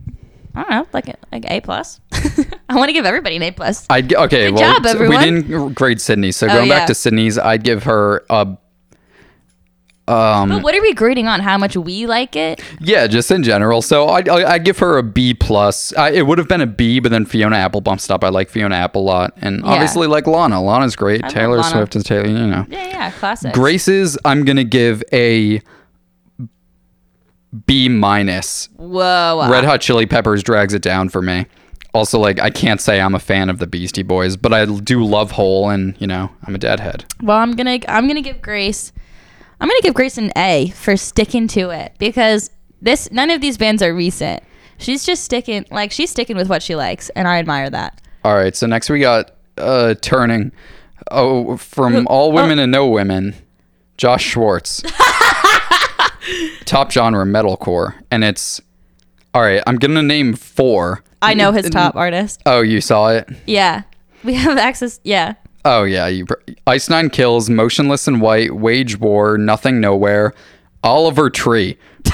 Speaker 2: I don't know like a, like A plus. I want to give everybody an A plus.
Speaker 1: I'd g- okay.
Speaker 2: Good
Speaker 1: well,
Speaker 2: job,
Speaker 1: s-
Speaker 2: everyone. Oh,
Speaker 1: we didn't grade Sydney, so going
Speaker 2: yeah.
Speaker 1: back to Sydney's, I'd give her a.
Speaker 2: But
Speaker 1: Um,
Speaker 2: what are we grading on? How much we like it?
Speaker 1: yeah, just in general. So I I I'd give her a B plus. I, it would have been a B, but then Fiona Apple bumps it up. I like Fiona Apple a lot, and obviously like Lana. Lana's great.
Speaker 2: love
Speaker 1: Taylor
Speaker 2: Lana.
Speaker 1: Swift is Taylor. You know,
Speaker 2: Yeah, yeah, classic.
Speaker 1: Grace's. I'm gonna give a B minus.
Speaker 2: Whoa.
Speaker 1: Red Hot Chili Peppers drags it down for me. Also, like I can't say I'm a fan of the Beastie Boys, but I do love Hole, and you know I'm a deadhead.
Speaker 2: Well, I'm gonna I'm gonna give Grace I'm gonna give Grace an A for sticking to it because this none of these bands are recent. She's just sticking like she's sticking with what she likes, and I admire that.
Speaker 1: All right, so next we got uh, turning. Oh, from all women and no women, Josh Schwartz. top genre metalcore, and it's all right. I'm gonna name four.
Speaker 2: I know his top artist.
Speaker 1: Oh, you saw it.
Speaker 2: Yeah, we have access. Yeah,
Speaker 1: Oh yeah, you. Pr- Ice Nine Kills, Motionless in White, Wage War, Nothing Nowhere, Oliver Tree. and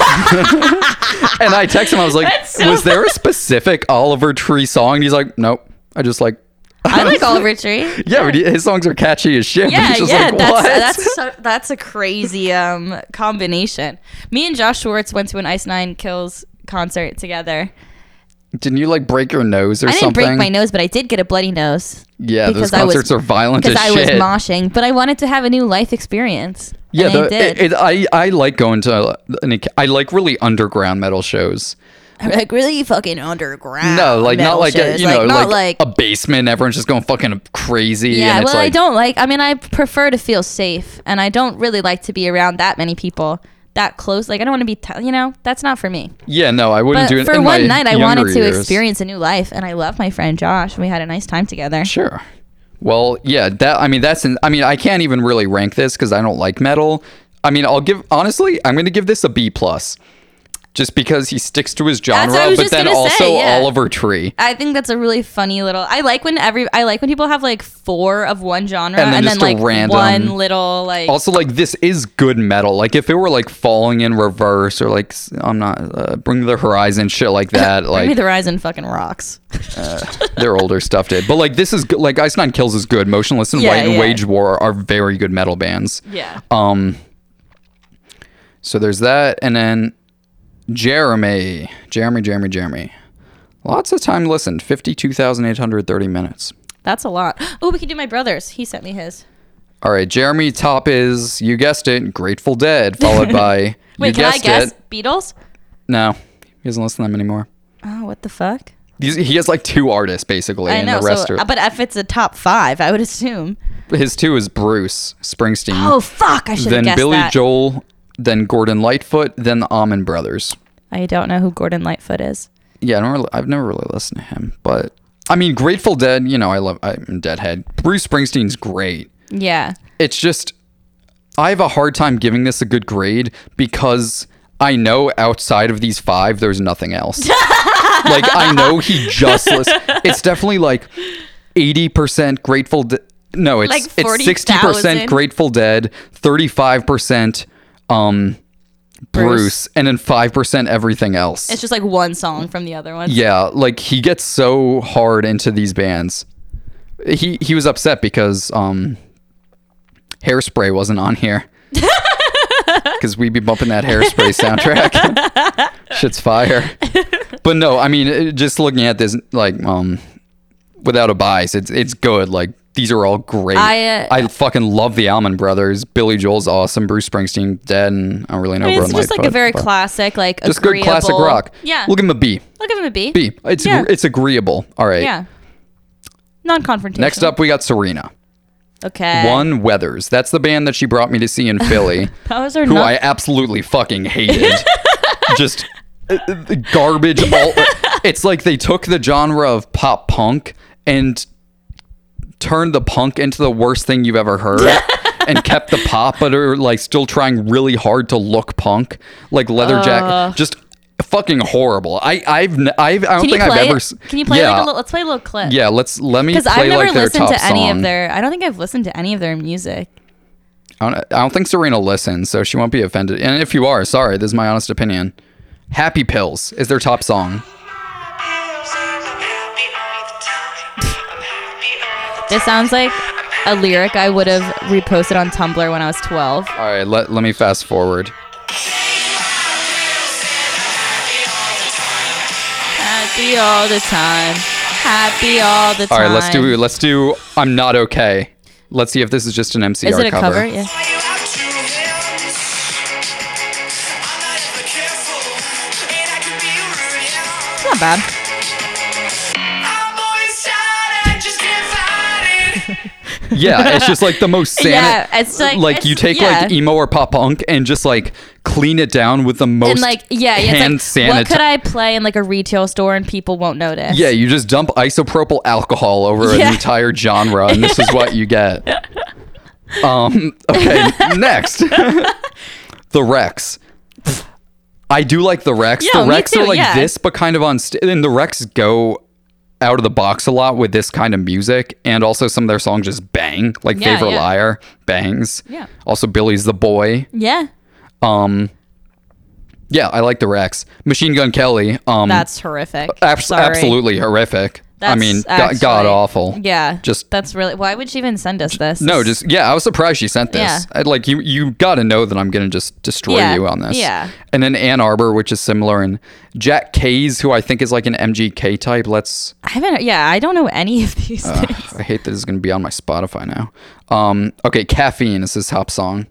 Speaker 1: I text him. I was like,
Speaker 2: That's so
Speaker 1: "Was there a specific Oliver Tree song?" And he's like, "Nope. I just like."
Speaker 2: I like Oliver Tree.
Speaker 1: Yeah, but he- his songs are catchy as shit. but
Speaker 2: Yeah,
Speaker 1: he's just
Speaker 2: yeah,
Speaker 1: like,
Speaker 2: that's
Speaker 1: "What?"
Speaker 2: that's so, that's a crazy um combination. Me and Josh Schwartz went to an Ice Nine Kills concert together.
Speaker 1: Didn't you like break your nose or
Speaker 2: I didn't
Speaker 1: something?
Speaker 2: break my nose, but I did get a bloody nose.
Speaker 1: Yeah, those
Speaker 2: because I was-
Speaker 1: concerts are violent as
Speaker 2: because I was
Speaker 1: shit.
Speaker 2: moshing, but I wanted to have a new life experience.
Speaker 1: yeah,
Speaker 2: and I
Speaker 1: the,
Speaker 2: did.
Speaker 1: It, it- I I like going to. an- I like really underground metal shows.
Speaker 2: I'm like really fucking underground.
Speaker 1: No, like not
Speaker 2: metal
Speaker 1: like a,
Speaker 2: shows,
Speaker 1: you know,
Speaker 2: not
Speaker 1: like,
Speaker 2: like,
Speaker 1: a basement. Everyone's just going fucking crazy.
Speaker 2: yeah.
Speaker 1: and it's
Speaker 2: Well,
Speaker 1: like,
Speaker 2: I don't like. I mean, I prefer to feel safe, and I don't really like to be around that many people that close. Like, I don't want to be. T- you know, that's not for me.
Speaker 1: Yeah, no, I wouldn't
Speaker 2: But
Speaker 1: do it
Speaker 2: Uh, for
Speaker 1: in my
Speaker 2: one night, I wanted
Speaker 1: younger
Speaker 2: to
Speaker 1: years.
Speaker 2: experience a new life, and I love my friend Josh, and we had a nice time together.
Speaker 1: Sure. Well, yeah, that I mean that's an, I mean I can't even really rank this because I don't like metal. I mean I'll give honestly I'm going to give this a B plus, just because he sticks to his
Speaker 2: That's
Speaker 1: genre,
Speaker 2: what I was
Speaker 1: but
Speaker 2: just
Speaker 1: then
Speaker 2: gonna
Speaker 1: also
Speaker 2: say, yeah.
Speaker 1: Oliver Tree.
Speaker 2: I think that's a really funny little. I like when every. I like when people have like four of one genre,
Speaker 1: And
Speaker 2: and then,
Speaker 1: then just a
Speaker 2: like
Speaker 1: random-
Speaker 2: one little like.
Speaker 1: Also, like this is good metal. Like if it were like falling in reverse or like s- I'm not uh, bring Me the horizon shit like that.
Speaker 2: Bring me
Speaker 1: like
Speaker 2: the horizon fucking rocks.
Speaker 1: their older stuff did, but like this is good. Like Ice Nine Kills is good. Motionless and
Speaker 2: Yeah,
Speaker 1: White and
Speaker 2: yeah.
Speaker 1: Wage War are very good metal bands.
Speaker 2: Yeah.
Speaker 1: Um. So there's that, and then Jeremy, Jeremy, Jeremy, Jeremy. Lots of time listened, fifty-two thousand eight hundred thirty minutes.
Speaker 2: That's a lot. Oh, we could do my brother's. He sent me his.
Speaker 1: All right, Jeremy. Top is you guessed it, Grateful Dead, followed by
Speaker 2: Wait,
Speaker 1: you
Speaker 2: can I
Speaker 1: guessed
Speaker 2: guess?
Speaker 1: it.
Speaker 2: Beatles?
Speaker 1: No, he doesn't listen to them anymore.
Speaker 2: Oh, what the fuck?
Speaker 1: He's, he has like two artists basically,
Speaker 2: I
Speaker 1: and
Speaker 2: know.
Speaker 1: the rest
Speaker 2: So, uh,
Speaker 1: are
Speaker 2: but if it's a top five, I would assume.
Speaker 1: his two is Bruce Springsteen.
Speaker 2: Oh fuck! I should have
Speaker 1: Mm. then
Speaker 2: guessed
Speaker 1: Billy
Speaker 2: that.
Speaker 1: Joel, then Gordon Lightfoot, then the Almond Brothers.
Speaker 2: I don't know who Gordon Lightfoot is.
Speaker 1: Yeah, I don't really, I've never really listened to him, but I mean, Grateful Dead. You know, I love. I'm Deadhead. Bruce Springsteen's great.
Speaker 2: Yeah.
Speaker 1: It's just I have a hard time giving this a good grade because I know outside of these five, there's nothing else. like I know he just lis- It's definitely like eighty percent Grateful. De- no, it's
Speaker 2: Like
Speaker 1: it's sixty percent
Speaker 2: 40,000.
Speaker 1: Grateful Dead, thirty-five percent. Um. Bruce,
Speaker 2: Bruce.
Speaker 1: and then five percent everything else.
Speaker 2: It's just like one song from the other one.
Speaker 1: Yeah, like he gets so hard into these bands. He he was upset because um Hairspray wasn't on here. Cuz because we be bumping that hairspray soundtrack. Shit's fire. But no, I mean, it- just looking at this, like, um, without a bias, it's it's good. Like these are all great.
Speaker 2: I, uh,
Speaker 1: I fucking love the Almond Brothers. Billy Joel's awesome. Bruce Springsteen dead, and I don't really know.
Speaker 2: I mean,
Speaker 1: where
Speaker 2: it's
Speaker 1: I'm
Speaker 2: just like a
Speaker 1: but-
Speaker 2: very
Speaker 1: but-
Speaker 2: classic, like
Speaker 1: Just good classic
Speaker 2: agreeable-
Speaker 1: rock.
Speaker 2: Yeah,
Speaker 1: we'll give him a B.
Speaker 2: I'll give him a B.
Speaker 1: B. It's
Speaker 2: Yeah.
Speaker 1: it's agreeable. All right.
Speaker 2: Yeah, non-confrontational.
Speaker 1: Next up, we got Serena.
Speaker 2: okay,
Speaker 1: One Weathers. That's the band that she brought me to see in Philly.
Speaker 2: That was our
Speaker 1: who
Speaker 2: non-
Speaker 1: I absolutely fucking hated. Just uh, uh, garbage. All it's like they took the genre of pop punk and turned the punk into the worst thing you've ever heard. And kept the pop, but are like still trying really hard to look punk, like leather jacket, just fucking horrible. I I've n- I've I don't
Speaker 2: Can you
Speaker 1: think I've
Speaker 2: play?
Speaker 1: ever.
Speaker 2: it?
Speaker 1: s-
Speaker 2: Can you play
Speaker 1: yeah,
Speaker 2: like a little? Let's play a little clip.
Speaker 1: Yeah, let's let me
Speaker 2: because
Speaker 1: play
Speaker 2: I've never
Speaker 1: like their
Speaker 2: listened
Speaker 1: top
Speaker 2: to any
Speaker 1: song.
Speaker 2: of their. I don't think I've listened to any of their music.
Speaker 1: I don't, I don't think Serena listens, so she won't be offended. And if you are, sorry, this is my honest opinion. Happy Pills is their top song.
Speaker 2: This sounds like a lyric I would have reposted on Tumblr when I was 12.
Speaker 1: All right, let, let me fast forward.
Speaker 2: Happy all the time. Happy all the
Speaker 1: All
Speaker 2: time.
Speaker 1: right, let's do let's do I'm not okay. Let's see if this is just an MCR
Speaker 2: Is it a
Speaker 1: cover.
Speaker 2: cover? Yeah. It's not bad.
Speaker 1: Yeah, it's just like the most sanit-
Speaker 2: Yeah, it's like-
Speaker 1: you
Speaker 2: it's-
Speaker 1: take like
Speaker 2: yeah.
Speaker 1: emo or pop punk and just like clean it down with the most
Speaker 2: And like, yeah, yeah
Speaker 1: hand
Speaker 2: it's like,
Speaker 1: sanitizer.
Speaker 2: what could I play in like a retail store and people won't notice?
Speaker 1: Yeah, you just dump isopropyl alcohol over
Speaker 2: Yeah.
Speaker 1: an entire genre, and this is what you get. Um, okay, next. the Rex. I do like the Rex.
Speaker 2: Yeah,
Speaker 1: the
Speaker 2: me
Speaker 1: Rex
Speaker 2: too,
Speaker 1: are like
Speaker 2: yeah.
Speaker 1: this, but kind of on. St- and the Rex go out of the box a lot with this kind of music, and also some of their songs just bang, like
Speaker 2: Yeah,
Speaker 1: "Favorite
Speaker 2: yeah.
Speaker 1: Liar" bangs.
Speaker 2: Yeah.
Speaker 1: Also, Billy's the boy.
Speaker 2: Yeah.
Speaker 1: Um. Yeah, I like the Rex. Machine Gun Kelly. Um.
Speaker 2: That's horrific.
Speaker 1: Abs-
Speaker 2: Sorry.
Speaker 1: absolutely horrific. I
Speaker 2: That's
Speaker 1: mean,
Speaker 2: actually-
Speaker 1: god awful.
Speaker 2: Yeah.
Speaker 1: Just-
Speaker 2: that's really. Why would she even send us this?
Speaker 1: No,
Speaker 2: It's-
Speaker 1: just yeah. I was surprised she sent this.
Speaker 2: Yeah.
Speaker 1: I'd like you, you got to know that I'm gonna just destroy
Speaker 2: Yeah,
Speaker 1: you on this.
Speaker 2: yeah.
Speaker 1: And then Ann Arbor, which is similar, and Jack Kays, who I think is like an MGK type. Let's.
Speaker 2: I haven't. Yeah, I don't know any of these things.
Speaker 1: I hate that it's gonna be on my Spotify now. Um. Okay, caffeine is his top song.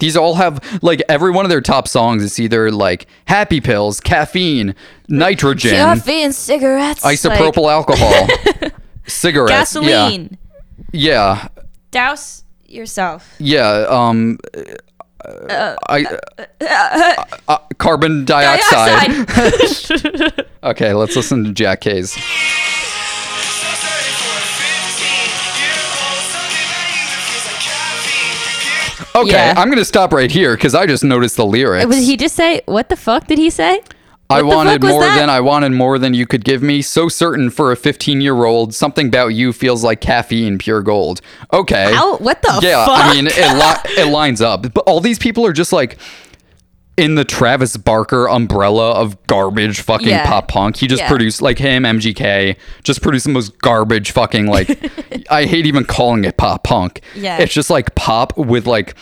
Speaker 1: These all have like every one of their top songs is either like happy pills, caffeine, nitrogen,
Speaker 2: Coffee and cigarettes.
Speaker 1: isopropyl
Speaker 2: like,
Speaker 1: alcohol, cigarettes, yeah.
Speaker 2: gasoline.
Speaker 1: Yeah,
Speaker 2: Douse yourself.
Speaker 1: yeah. Um, I,
Speaker 2: uh,
Speaker 1: uh, uh, carbon dioxide. okay, let's listen to Jack Hayes. Okay,
Speaker 2: Yeah.
Speaker 1: I'm gonna stop right here because I just noticed the lyrics.
Speaker 2: Did he just say what the fuck? Did he say?
Speaker 1: I
Speaker 2: What the
Speaker 1: wanted
Speaker 2: fuck was
Speaker 1: more
Speaker 2: that?
Speaker 1: than I wanted more than you could give me. So certain for a 15 year old, something about you feels like caffeine, pure gold. Okay.
Speaker 2: How- what the
Speaker 1: yeah,
Speaker 2: fuck?
Speaker 1: I mean, it, li- it lines up. But all these people are just like in the Travis Barker umbrella of garbage fucking
Speaker 2: Yeah.
Speaker 1: pop punk. He just
Speaker 2: Yeah.
Speaker 1: produced, like him, MGK, just produced the most garbage fucking, like, I hate even calling it pop punk.
Speaker 2: Yeah.
Speaker 1: It's just like pop with like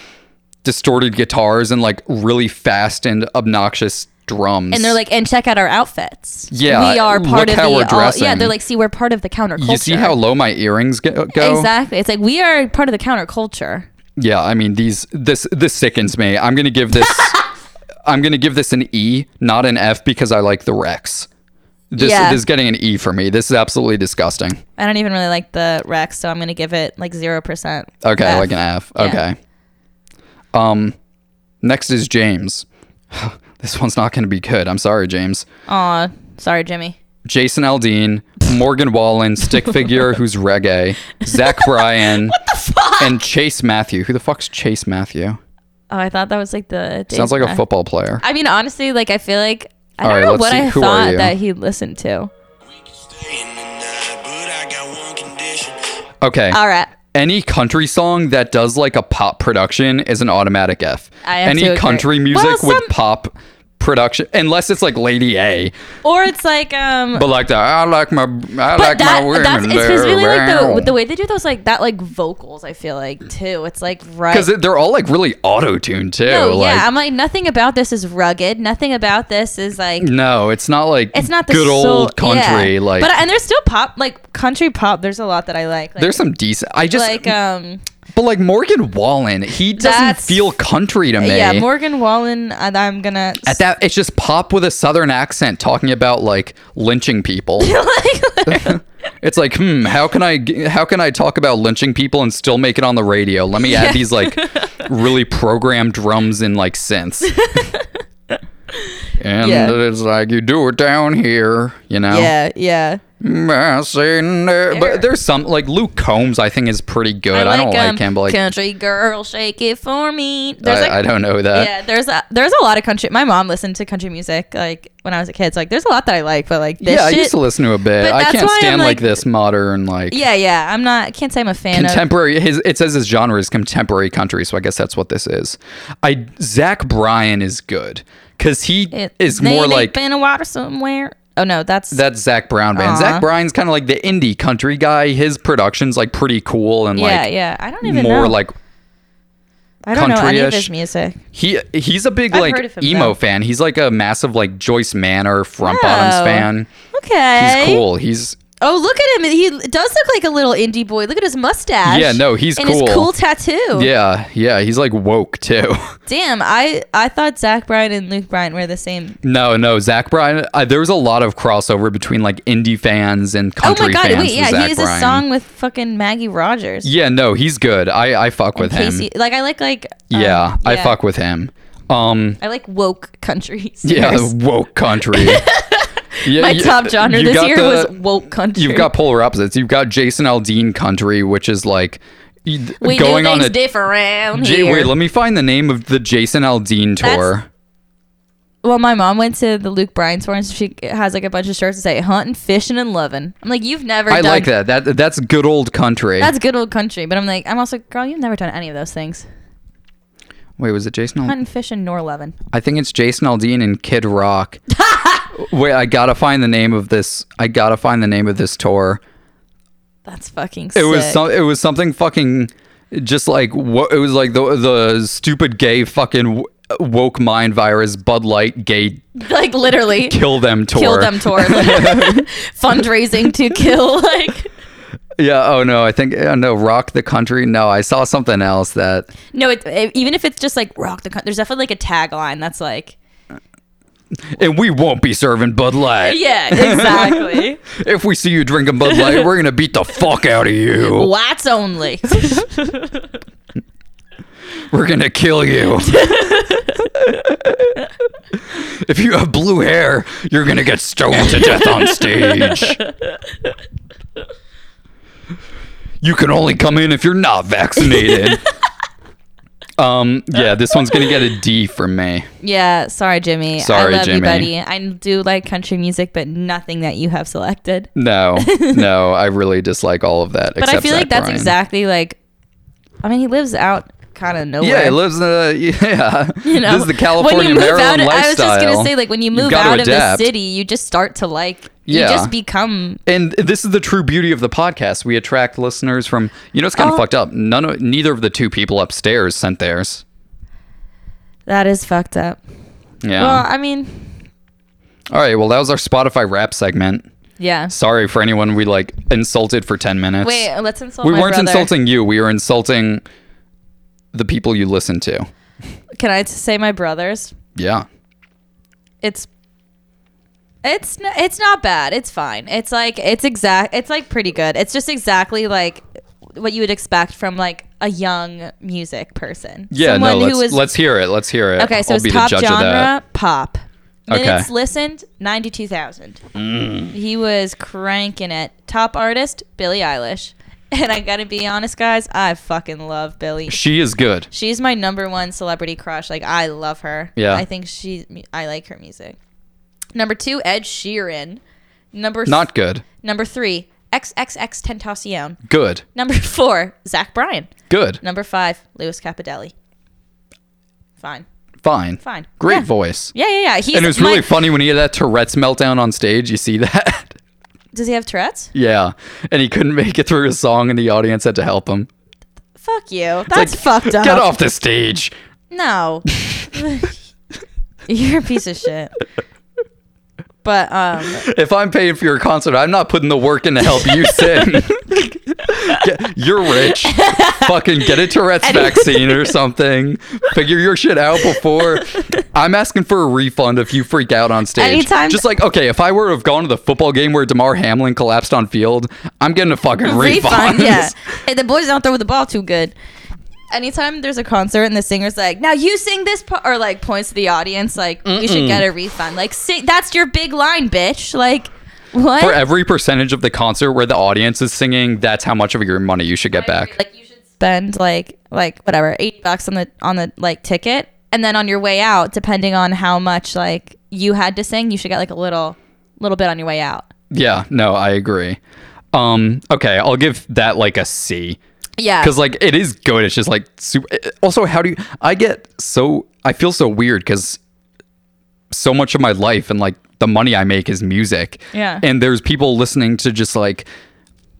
Speaker 1: distorted guitars and like really fast and obnoxious drums.
Speaker 2: And they're like, and check out our outfits.
Speaker 1: Yeah,
Speaker 2: we are
Speaker 1: look
Speaker 2: part of
Speaker 1: how
Speaker 2: the.
Speaker 1: we're
Speaker 2: all- yeah,
Speaker 1: dressing.
Speaker 2: they're like, see, we're part of the counterculture.
Speaker 1: You see how low my earrings go? go?
Speaker 2: Exactly. It's like we are part of the counterculture.
Speaker 1: Yeah, I mean these this this sickens me. I'm gonna give this I'm gonna give this an E, not an F, because I like the Rex. This,
Speaker 2: Yeah.
Speaker 1: this is getting an E for me. This is absolutely disgusting.
Speaker 2: I don't even really like the Rex, so I'm gonna give it like zero percent.
Speaker 1: Okay,
Speaker 2: F.
Speaker 1: like an F.
Speaker 2: Yeah.
Speaker 1: Okay. Um, next is James. this one's not gonna be good. I'm sorry, James.
Speaker 2: Aw, sorry, Jimmy.
Speaker 1: Jason Aldean, Morgan Wallen, stick figure who's reggae, Zach Bryan, and Chase Matthew. Who the fuck's Chase Matthew?
Speaker 2: Oh, I thought that was like the. Dave
Speaker 1: Sounds like a
Speaker 2: Matthews-
Speaker 1: football player.
Speaker 2: I mean, honestly, like I feel like I
Speaker 1: All
Speaker 2: don't
Speaker 1: right,
Speaker 2: know
Speaker 1: let's
Speaker 2: what
Speaker 1: see.
Speaker 2: I
Speaker 1: Who are
Speaker 2: thought
Speaker 1: you?
Speaker 2: that he listened to.
Speaker 1: Okay.
Speaker 2: All right.
Speaker 1: Any country song that does like a pop production is an automatic F.
Speaker 2: I have
Speaker 1: Any
Speaker 2: to agree.
Speaker 1: country music
Speaker 2: Well,
Speaker 1: with
Speaker 2: some-
Speaker 1: pop production unless it's like Lady A,
Speaker 2: Or it's like um
Speaker 1: but like the I like my I like
Speaker 2: that,
Speaker 1: my women.
Speaker 2: that's it's specifically like the,
Speaker 1: there."
Speaker 2: with the way they do those like that like vocals I feel like too. It's like right
Speaker 1: because they're all like really auto tuned too.
Speaker 2: No,
Speaker 1: like,
Speaker 2: yeah, I'm like nothing about this is rugged. Nothing about this is like
Speaker 1: no, it's not like
Speaker 2: it's not the
Speaker 1: Mm, good
Speaker 2: soul-
Speaker 1: old country.
Speaker 2: yeah.
Speaker 1: Like
Speaker 2: but and there's still pop like country pop. There's a lot that I like. like
Speaker 1: there's some decent. I just
Speaker 2: like um
Speaker 1: but like Morgan Wallen, he doesn't
Speaker 2: That's-
Speaker 1: feel country to me.
Speaker 2: yeah Morgan Wallen. I, I'm gonna
Speaker 1: At that, it's just pop with a southern accent talking about like lynching people.
Speaker 2: like,
Speaker 1: It's like, hmm, how can I g- how can I talk about lynching people and still make it on the radio? Let me add these like really programmed drums and like synths. and
Speaker 2: Yeah.
Speaker 1: it's like you do it down here, you know.
Speaker 2: yeah yeah.
Speaker 1: Messing it-
Speaker 2: There.
Speaker 1: But there's some like Luke Combs. I think is pretty good. I, don't like him, but like
Speaker 2: um, country girl, shake it for me. There's
Speaker 1: I,
Speaker 2: like
Speaker 1: I don't uh, know that.
Speaker 2: yeah, there's a there's a lot of country. My mom listened to country music like when I was a kid. So, like there's a lot that I like, but like this
Speaker 1: Yeah, I
Speaker 2: shit,
Speaker 1: used to listen to a bit.
Speaker 2: But
Speaker 1: I
Speaker 2: that's
Speaker 1: can't
Speaker 2: why I'm,
Speaker 1: stand like,
Speaker 2: like-
Speaker 1: this modern like
Speaker 2: yeah yeah. I'm not can't say I'm a fan of.
Speaker 1: contemporary his it says his genre is contemporary country so i guess that's what this is i zach bryan is good because he
Speaker 2: It
Speaker 1: is
Speaker 2: they
Speaker 1: more
Speaker 2: ain't
Speaker 1: like
Speaker 2: been a water somewhere. Oh no, that's
Speaker 1: that zach brown band
Speaker 2: Aw.
Speaker 1: zach bryan's kind of like the indie country guy his production's like pretty cool and
Speaker 2: yeah
Speaker 1: like
Speaker 2: yeah. I don't even
Speaker 1: more
Speaker 2: know.
Speaker 1: like
Speaker 2: I don't know any of
Speaker 1: country-ish.
Speaker 2: his music.
Speaker 1: he he's a big
Speaker 2: I've
Speaker 1: like
Speaker 2: heard of him,
Speaker 1: emo
Speaker 2: though.
Speaker 1: fan he's like a massive like joyce manor front bottoms
Speaker 2: Oh.
Speaker 1: fan
Speaker 2: Okay.
Speaker 1: he's cool he's
Speaker 2: Oh, look at him. He does look like a little indie boy. Look at his mustache.
Speaker 1: Yeah, no, he's
Speaker 2: and
Speaker 1: cool.
Speaker 2: his cool tattoo.
Speaker 1: yeah yeah he's like woke too
Speaker 2: Damn, I I thought Zach Bryan and Luke Bryan were the same.
Speaker 1: No, no, Zach Bryan. Uh, there was a lot of crossover between like indie fans and country
Speaker 2: oh my god,
Speaker 1: fans.
Speaker 2: wait,
Speaker 1: with
Speaker 2: yeah,
Speaker 1: Zach
Speaker 2: he has
Speaker 1: Bryan.
Speaker 2: a song with fucking Maggie Rogers.
Speaker 1: Yeah, no, he's good. I I fuck with him.
Speaker 2: Casey, like I like like um,
Speaker 1: yeah, I fuck with him. Um,
Speaker 2: I like woke country.
Speaker 1: yeah,
Speaker 2: singers.
Speaker 1: woke country. yeah,
Speaker 2: my
Speaker 1: yeah,
Speaker 2: top genre
Speaker 1: you
Speaker 2: this
Speaker 1: got
Speaker 2: year
Speaker 1: the-
Speaker 2: was woke country.
Speaker 1: You've got polar opposites. You've got Jason Aldean country, which is like y-
Speaker 2: we
Speaker 1: going
Speaker 2: do
Speaker 1: on
Speaker 2: things
Speaker 1: a.
Speaker 2: different around
Speaker 1: J-
Speaker 2: here.
Speaker 1: wait, let me find the name of the Jason Aldean
Speaker 2: That's-
Speaker 1: tour.
Speaker 2: well, my mom went to the Luke Bryan tour and she has like a bunch of shirts that say hunting, fishing, and loving. I'm like, you've never.
Speaker 1: I
Speaker 2: done
Speaker 1: like that. That that's good old country.
Speaker 2: That's good old country, but I'm like, I'm also girl. You've never done any of those things:
Speaker 1: wait, was it Jason? Aldean?
Speaker 2: hunting, fishing, nor loving.
Speaker 1: I think it's Jason Aldean and Kid Rock. Wait, I gotta find the name of this. I gotta find the name of this tour.
Speaker 2: That's fucking.
Speaker 1: It
Speaker 2: Sick.
Speaker 1: was some. It was something fucking. Just like what it was like the the stupid gay fucking w- woke mind virus Bud Light gay
Speaker 2: like literally
Speaker 1: kill them tour.
Speaker 2: kill them tour, fundraising to kill. Like
Speaker 1: Yeah. Oh no. I think oh, no. Rock the country. No. I saw something else that
Speaker 2: no, it, it- even if it's just like rock the country. There's definitely like a tagline that's like,
Speaker 1: and we won't be serving Bud Light.
Speaker 2: yeah, exactly.
Speaker 1: If we see you drinking Bud Light, we're gonna beat the fuck out of you.
Speaker 2: Whites only.
Speaker 1: We're gonna kill you. if you have blue hair, you're gonna get stoned to death on stage. You can only come in if you're not vaccinated. um, yeah, this one's gonna get a D from me.
Speaker 2: yeah, sorry, Jimmy.
Speaker 1: Sorry,
Speaker 2: I love
Speaker 1: Jimmy.
Speaker 2: you, buddy. I do like country music, but nothing that you have selected.
Speaker 1: No, no, I really dislike all of that.
Speaker 2: But I feel like that's
Speaker 1: Bryan.
Speaker 2: exactly like. I mean, he lives out kind of nowhere.
Speaker 1: Yeah, he lives in a yeah.
Speaker 2: you know,
Speaker 1: this is the
Speaker 2: When you
Speaker 1: California
Speaker 2: move
Speaker 1: Maryland
Speaker 2: out-
Speaker 1: lifestyle.
Speaker 2: I was just gonna say, like, when you move
Speaker 1: gotta
Speaker 2: out of the
Speaker 1: adapt.
Speaker 2: city, you just start to like,
Speaker 1: Yeah.
Speaker 2: you just become.
Speaker 1: and this is the true beauty of the podcast. We attract listeners from you know it's kind of
Speaker 2: Oh.
Speaker 1: fucked up. None of neither of the two people upstairs sent theirs.
Speaker 2: That is fucked up.
Speaker 1: Yeah.
Speaker 2: Well, I mean,
Speaker 1: All right. Well, that was our Spotify rap segment.
Speaker 2: yeah.
Speaker 1: Sorry for anyone we like insulted for ten minutes.
Speaker 2: Wait, let's insult.
Speaker 1: we
Speaker 2: my
Speaker 1: weren't
Speaker 2: brother.
Speaker 1: insulting you. We were insulting the people you listen to.
Speaker 2: Can I t- say my brothers?
Speaker 1: Yeah.
Speaker 2: It's. It's n- it's not bad. It's fine. It's like it's exact. It's like pretty good. It's just exactly like what you would expect from like a young music person.
Speaker 1: Yeah.
Speaker 2: Someone
Speaker 1: no. Let's
Speaker 2: who is
Speaker 1: let's hear it. Let's hear it.
Speaker 2: okay. So
Speaker 1: I'll
Speaker 2: it's
Speaker 1: be
Speaker 2: top
Speaker 1: the judge of that.
Speaker 2: genre pop.
Speaker 1: Okay. Mm.
Speaker 2: Minutes listened ninety two thousand. He was cranking it. Top artist Billie Eilish, and I gotta be honest, guys, I fucking love Billie.
Speaker 1: She is good.
Speaker 2: She's my number one celebrity crush. Like I love her.
Speaker 1: Yeah.
Speaker 2: I think she. I like her music. Number two, Ed Sheeran. Number th-
Speaker 1: Not good.
Speaker 2: number three, XXX Tentacion.
Speaker 1: Good.
Speaker 2: Number four, Zach Bryan.
Speaker 1: Good.
Speaker 2: Number five, Louis Capadelli. Fine.
Speaker 1: fine.
Speaker 2: Fine.
Speaker 1: Great
Speaker 2: Yeah.
Speaker 1: voice.
Speaker 2: Yeah, yeah, yeah. He's
Speaker 1: and it was
Speaker 2: my-
Speaker 1: really funny when he had that Tourette's meltdown on stage. You see that?
Speaker 2: Does he have Tourette's?
Speaker 1: yeah. And he couldn't make it through his song, and the audience had to help him.
Speaker 2: Fuck you.
Speaker 1: It's
Speaker 2: That's
Speaker 1: like,
Speaker 2: fucked up.
Speaker 1: Get off the stage.
Speaker 2: No. You're a piece of shit. But um
Speaker 1: If I'm paying for your concert, I'm not putting the work in to help you sing. Get- you're rich. Fucking get a Tourette's vaccine or something. Figure your shit out before. I'm asking for a refund if you freak out on stage.
Speaker 2: Anytime-
Speaker 1: Just like, okay, if I were to have gone to the football game where DeMar Hamlin collapsed on field, I'm getting a fucking refund.
Speaker 2: refund, yeah. Hey, the boys don't throw the ball too good. Anytime there's a concert and the singer's like, "Now you sing this part," or like points to the audience, like you should get a refund. Like, sing- that's your big line, bitch. Like, what?
Speaker 1: For every percentage of the concert where the audience is singing, that's how much of your money you should get back.
Speaker 2: Like you should spend like like whatever eight bucks on the on the like ticket, and then on your way out, depending on how much like you had to sing, you should get like a little little bit on your way out.
Speaker 1: Yeah, no, I agree. Um, okay, I'll give that like a C.
Speaker 2: Yeah,
Speaker 1: because like it is good it's just like super also how do you i get so i feel so weird because so much of my life and like the money i make is music
Speaker 2: Yeah.
Speaker 1: and there's people listening to just like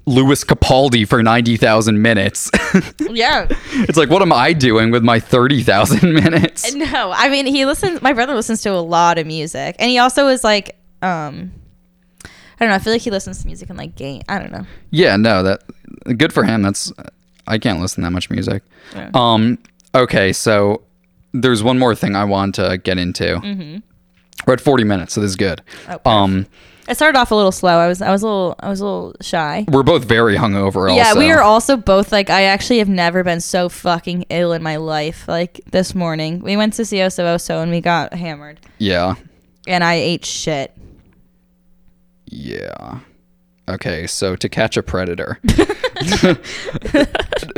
Speaker 1: Louis Capaldi for 90,000 minutes.
Speaker 2: yeah.
Speaker 1: it's like, what am I doing with my 30,000 minutes?
Speaker 2: No, I mean he listens. My brother listens to a lot of music, and he also is like, um, I don't know. I feel like he listens to music in like game. I don't know.
Speaker 1: Yeah, no, that good for him. That's I can't listen to that much music. Um, okay, so there's one more thing I want to get into.
Speaker 2: Mm-hmm.
Speaker 1: We're at 40 minutes, so this is good.
Speaker 2: Oh,
Speaker 1: Um,
Speaker 2: It started off a little slow. I was I was a little I was a little shy.
Speaker 1: we're both very hungover.
Speaker 2: Yeah,
Speaker 1: also.
Speaker 2: we are also both like I actually have never been so fucking ill in my life. Like this morning, we went to see Oso and we got hammered,
Speaker 1: Yeah,
Speaker 2: and I ate shit.
Speaker 1: yeah. Okay, so to catch a predator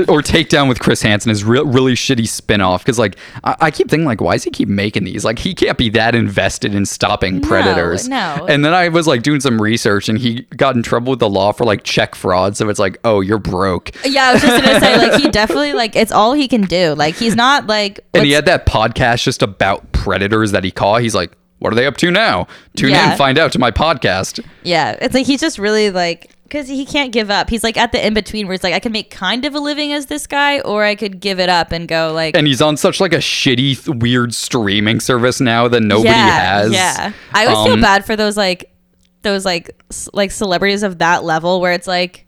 Speaker 1: or take down with Chris Hansen is re- really shitty spin-off because like I-, I keep thinking like why does he keep making these like he can't be that invested in stopping predators
Speaker 2: no.
Speaker 1: and then I was like doing some research and he got in trouble with the law for like check fraud so it's like oh you're broke
Speaker 2: Yeah, I was just gonna say like he definitely like it's all he can do. Like he's not like
Speaker 1: and he had that podcast just about predators that he caught he's like what are they up to now tune
Speaker 2: Yeah.
Speaker 1: in find out to my podcast
Speaker 2: Yeah, it's like he's just really like because he can't give up. He's like at the in between where he's like, I can make kind of a living as this guy, or I could give it up and go like.
Speaker 1: and he's on such like a shitty th- weird streaming service now that nobody
Speaker 2: yeah,
Speaker 1: has
Speaker 2: Yeah, I always feel
Speaker 1: Um,
Speaker 2: bad for those like those like c- like celebrities of that level where it's like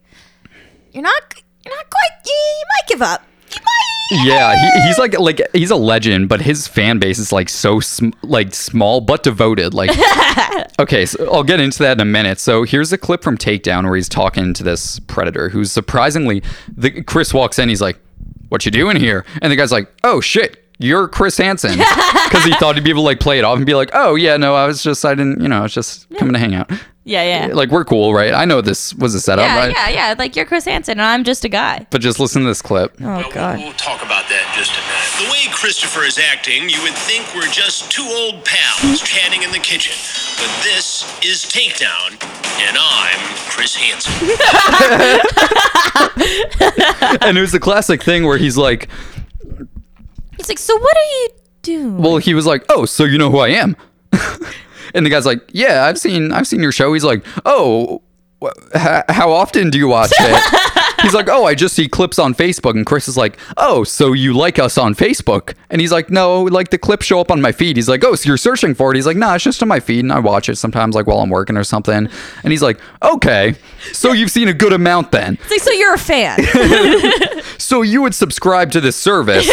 Speaker 2: you're not you're not quite you, you might give up. You might.
Speaker 1: yeah he, he's like like he's a legend but his fan base is like so sm- like small but devoted like okay so i'll get into that in a minute so here's a clip from takedown where he's talking to this predator who's surprisingly the chris walks in he's like what you doing here and the guy's like oh shit you're chris hansen because he thought he'd be able to like play it off and be like oh yeah no i was just i didn't you know i was just coming to hang out
Speaker 2: Yeah, yeah.
Speaker 1: like we're cool right i know this was a setup
Speaker 2: Yeah,
Speaker 1: right
Speaker 2: yeah, yeah. Like you're Chris Hansen, and I'm just a guy.
Speaker 1: but just listen to this clip
Speaker 2: Oh
Speaker 4: Well,
Speaker 2: God.
Speaker 4: We'll, we'll talk about that in just a minute. The way Christopher is acting, you would think we're just two old pals chatting in the kitchen. But this is Takedown, and I'm Chris Hansen.
Speaker 1: and it was the classic thing where he's like
Speaker 2: He's like, so what are you doing?
Speaker 1: Well, he was like, "Oh, so you know who I am?" and the guy's like, "Yeah, I've seen I've seen your show." He's like, "Oh, wh- h- how often do you watch it?" he's like, "Oh, I just see clips on Facebook." And Chris is like, "Oh, so you like us on Facebook?" And he's like, "No, like the clips show up on my feed." He's like, "Oh, so you're searching for it?" He's like, "Nah, it's just on my feed, and I watch it sometimes, like while I'm working or something." And he's like, "Okay, so you've seen a good amount then.
Speaker 2: It's like, so you're a fan.
Speaker 1: So you would subscribe to this service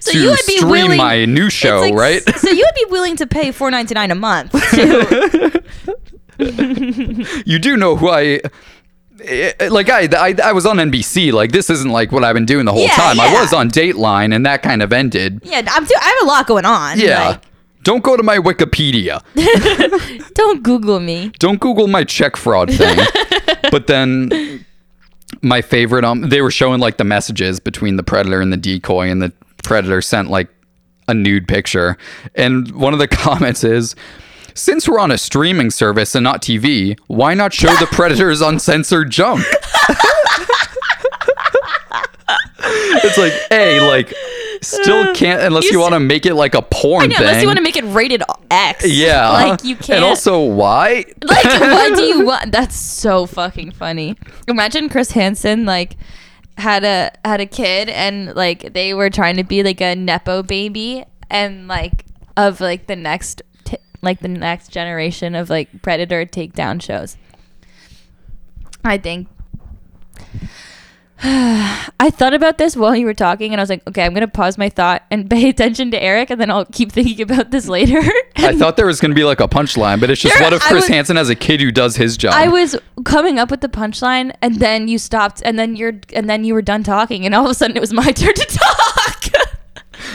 Speaker 2: So
Speaker 1: to
Speaker 2: you would be
Speaker 1: stream
Speaker 2: willing-
Speaker 1: my new
Speaker 2: It's
Speaker 1: show,
Speaker 2: like,
Speaker 1: right?"
Speaker 2: So you would be willing to pay four ninety nine a month?
Speaker 1: you do know who I. eh, eh, Like I, I, I was on NBC. Like this isn't like what I've been doing the whole
Speaker 2: Yeah,
Speaker 1: time. I
Speaker 2: yeah.
Speaker 1: was on Dateline, and that kind of ended.
Speaker 2: yeah, I'm. Too, I have a lot going on.
Speaker 1: Yeah.
Speaker 2: Like,
Speaker 1: Don't go to my Wikipedia.
Speaker 2: don't Google me.
Speaker 1: Don't Google my check fraud thing. but then, my favorite. Um, they were showing like the messages between the predator and the decoy, and the predator sent like a nude picture. And one of the comments is. Since we're on a streaming service and not TV, why not show the predators uncensored junk? it's like, A, like Still can't unless
Speaker 2: Uh, You
Speaker 1: you,
Speaker 2: s-
Speaker 1: want to make it like a porn
Speaker 2: know,
Speaker 1: thing.
Speaker 2: unless you want to make it rated X.
Speaker 1: yeah,
Speaker 2: Like you can't.
Speaker 1: And also, why?
Speaker 2: like what do you want? That's so fucking funny. Imagine Chris Hansen like had a had a kid and like they were trying to be like a nepo baby and like of like the next t- like the next generation of like predator takedown shows. I think I thought about this while you were talking, and I was like, okay, I'm gonna pause my thought and pay attention to Eric, and then I'll keep thinking about this later.
Speaker 1: I thought there was going to be like a punchline, but it's just
Speaker 2: There-
Speaker 1: what if
Speaker 2: I
Speaker 1: Chris
Speaker 2: was-
Speaker 1: Hansen has a kid who does his job?
Speaker 2: I was coming up with the punchline, and then you stopped, and then you're, and then you were done talking, and all of a sudden it was my turn to talk.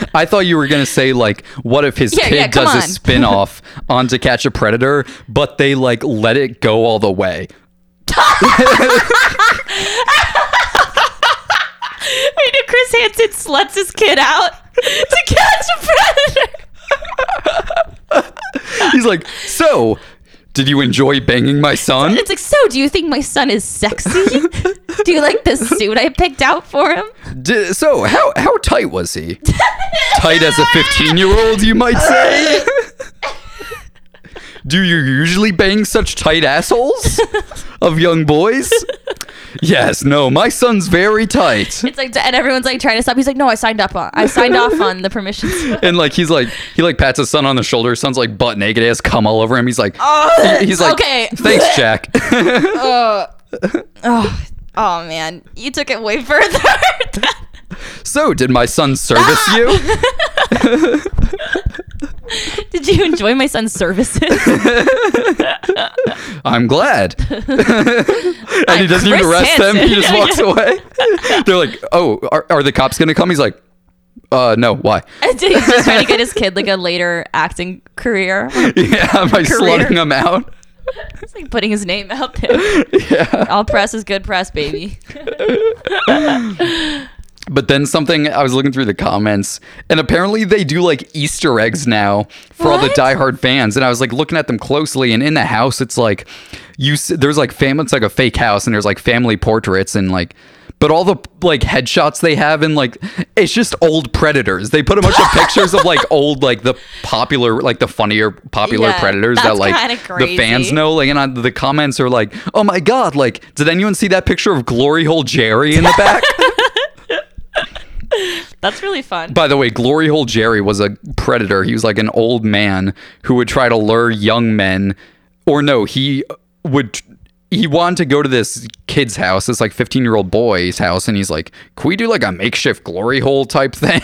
Speaker 1: I thought you were going to say like what if his
Speaker 2: Yeah,
Speaker 1: kid
Speaker 2: yeah, come
Speaker 1: does a
Speaker 2: on.
Speaker 1: spin-off on to catch a predator, but they like let it go all the way.
Speaker 2: Wait, did Chris Hansen sluts his kid out to catch a predator?
Speaker 1: He's like, "So, did you enjoy banging my son?"
Speaker 2: It's like, so do you think my son is sexy? do you like the suit I picked out for him?
Speaker 1: Di- so, how how tight was he? tight as a 15-year-old, you might say. Do you usually bang such tight assholes of young boys? yes, no, my son's very tight.
Speaker 2: It's like, and everyone's like trying to stop. He's like, no, I signed up on, I signed off on the permissions.
Speaker 1: And like he's like he like pats his son on the shoulder. His son's like butt naked. He has cum all over him. He's like he- he's
Speaker 2: Oh,
Speaker 1: like
Speaker 2: okay.
Speaker 1: Thanks, Jack.
Speaker 2: Oh, oh man, you took it way further.
Speaker 1: so did my son service you?
Speaker 2: Did you enjoy my son's services?
Speaker 1: I'm glad. and he doesn't even
Speaker 2: Chris
Speaker 1: arrest them. He
Speaker 2: Hansen.
Speaker 1: just walks away. They're like, oh, are, are the cops gonna come? He's like, uh, no. Why?
Speaker 2: He's just trying to get his kid like a later acting career.
Speaker 1: Yeah, am I slutting him out?
Speaker 2: It's like putting his name out there.
Speaker 1: Yeah.
Speaker 2: All press is good press, baby.
Speaker 1: But then something I was looking through the comments, and apparently they do like Easter eggs now for all the
Speaker 2: What?
Speaker 1: diehard fans. And I was like looking at them closely, and in the house, it's like you s- there's like fam, it's like a fake house, and there's like family portraits and like. But all the like headshots they have and like it's just old predators. They put a bunch of pictures of like old like the popular like the funnier popular
Speaker 2: Yeah,
Speaker 1: predators that
Speaker 2: that's
Speaker 1: like
Speaker 2: kinda
Speaker 1: the fans
Speaker 2: crazy.
Speaker 1: know. Like and I, the comments are like, oh my god, like did anyone see that picture of Glory Hole Jerry in the back?
Speaker 2: That's really fun.
Speaker 1: By the way, Glory Hole Jerry was a predator. He was like an old man who would try to lure young men, or no, he would. He wanted to go to this kid's house, this like 15 year old boy's house, and he's like, "Can we do like a makeshift glory hole type thing?"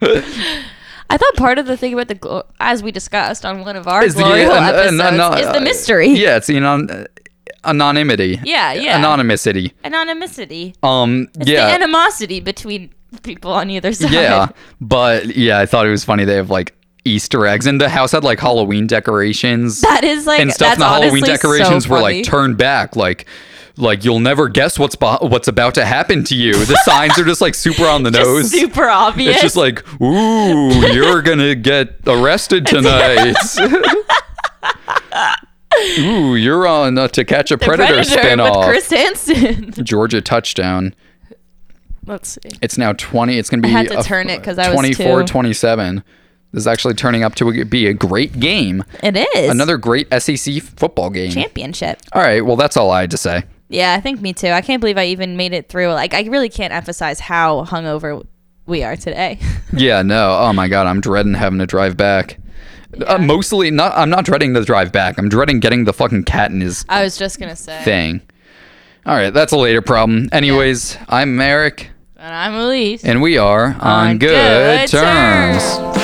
Speaker 2: I thought part of the thing about the glo- as we discussed on one of our
Speaker 1: Is the- uh,
Speaker 2: glory hole
Speaker 1: an- an-
Speaker 2: episodes
Speaker 1: an- uh,
Speaker 2: is the mystery,
Speaker 1: Yeah, it's the anon- anonymity.
Speaker 2: Yeah, yeah.
Speaker 1: anonymity.
Speaker 2: anonymity,
Speaker 1: Um, yeah,
Speaker 2: the animosity between people on either side.
Speaker 1: Yeah, but yeah, I thought it was funny. They have like Easter eggs, and the house had like Halloween decorations.
Speaker 2: That is like
Speaker 1: and stuff.
Speaker 2: that's
Speaker 1: And the Halloween
Speaker 2: honestly
Speaker 1: decorations
Speaker 2: so
Speaker 1: were
Speaker 2: funny.
Speaker 1: like turned back, like like you'll never guess what's beh what's about to happen to you. The signs are just like super on the
Speaker 2: Just
Speaker 1: nose.
Speaker 2: super obvious.
Speaker 1: It's just like, ooh, you're gonna get arrested tonight. ooh, you're on uh, to catch a
Speaker 2: The
Speaker 1: predator, spinoff.
Speaker 2: with Chris Hansen.
Speaker 1: Georgia touchdown.
Speaker 2: Let's see.
Speaker 1: It's now 20. It's going to
Speaker 2: I
Speaker 1: be
Speaker 2: had to
Speaker 1: a-
Speaker 2: turn it 'cause I was
Speaker 1: 24
Speaker 2: too-
Speaker 1: 27. This is actually turning up to be a great game.
Speaker 2: It is
Speaker 1: Another great SEC football game.
Speaker 2: championship.
Speaker 1: All right. Well, that's all I had to say.
Speaker 2: Yeah, I think me too. I can't believe I even made it through. Like, I really can't emphasize how hungover we are today.
Speaker 1: Yeah, no. Oh my god, I'm dreading having to drive back. Uh, mostly not I'm not dreading the drive back. I'm dreading getting the fucking cat in his
Speaker 2: I was just gonna say.
Speaker 1: thing. All right, that's a later problem. Anyways, I'm Eric
Speaker 2: And I'm Elise.
Speaker 1: and we are on,
Speaker 2: On
Speaker 1: good,
Speaker 2: good
Speaker 1: terms.
Speaker 2: terms.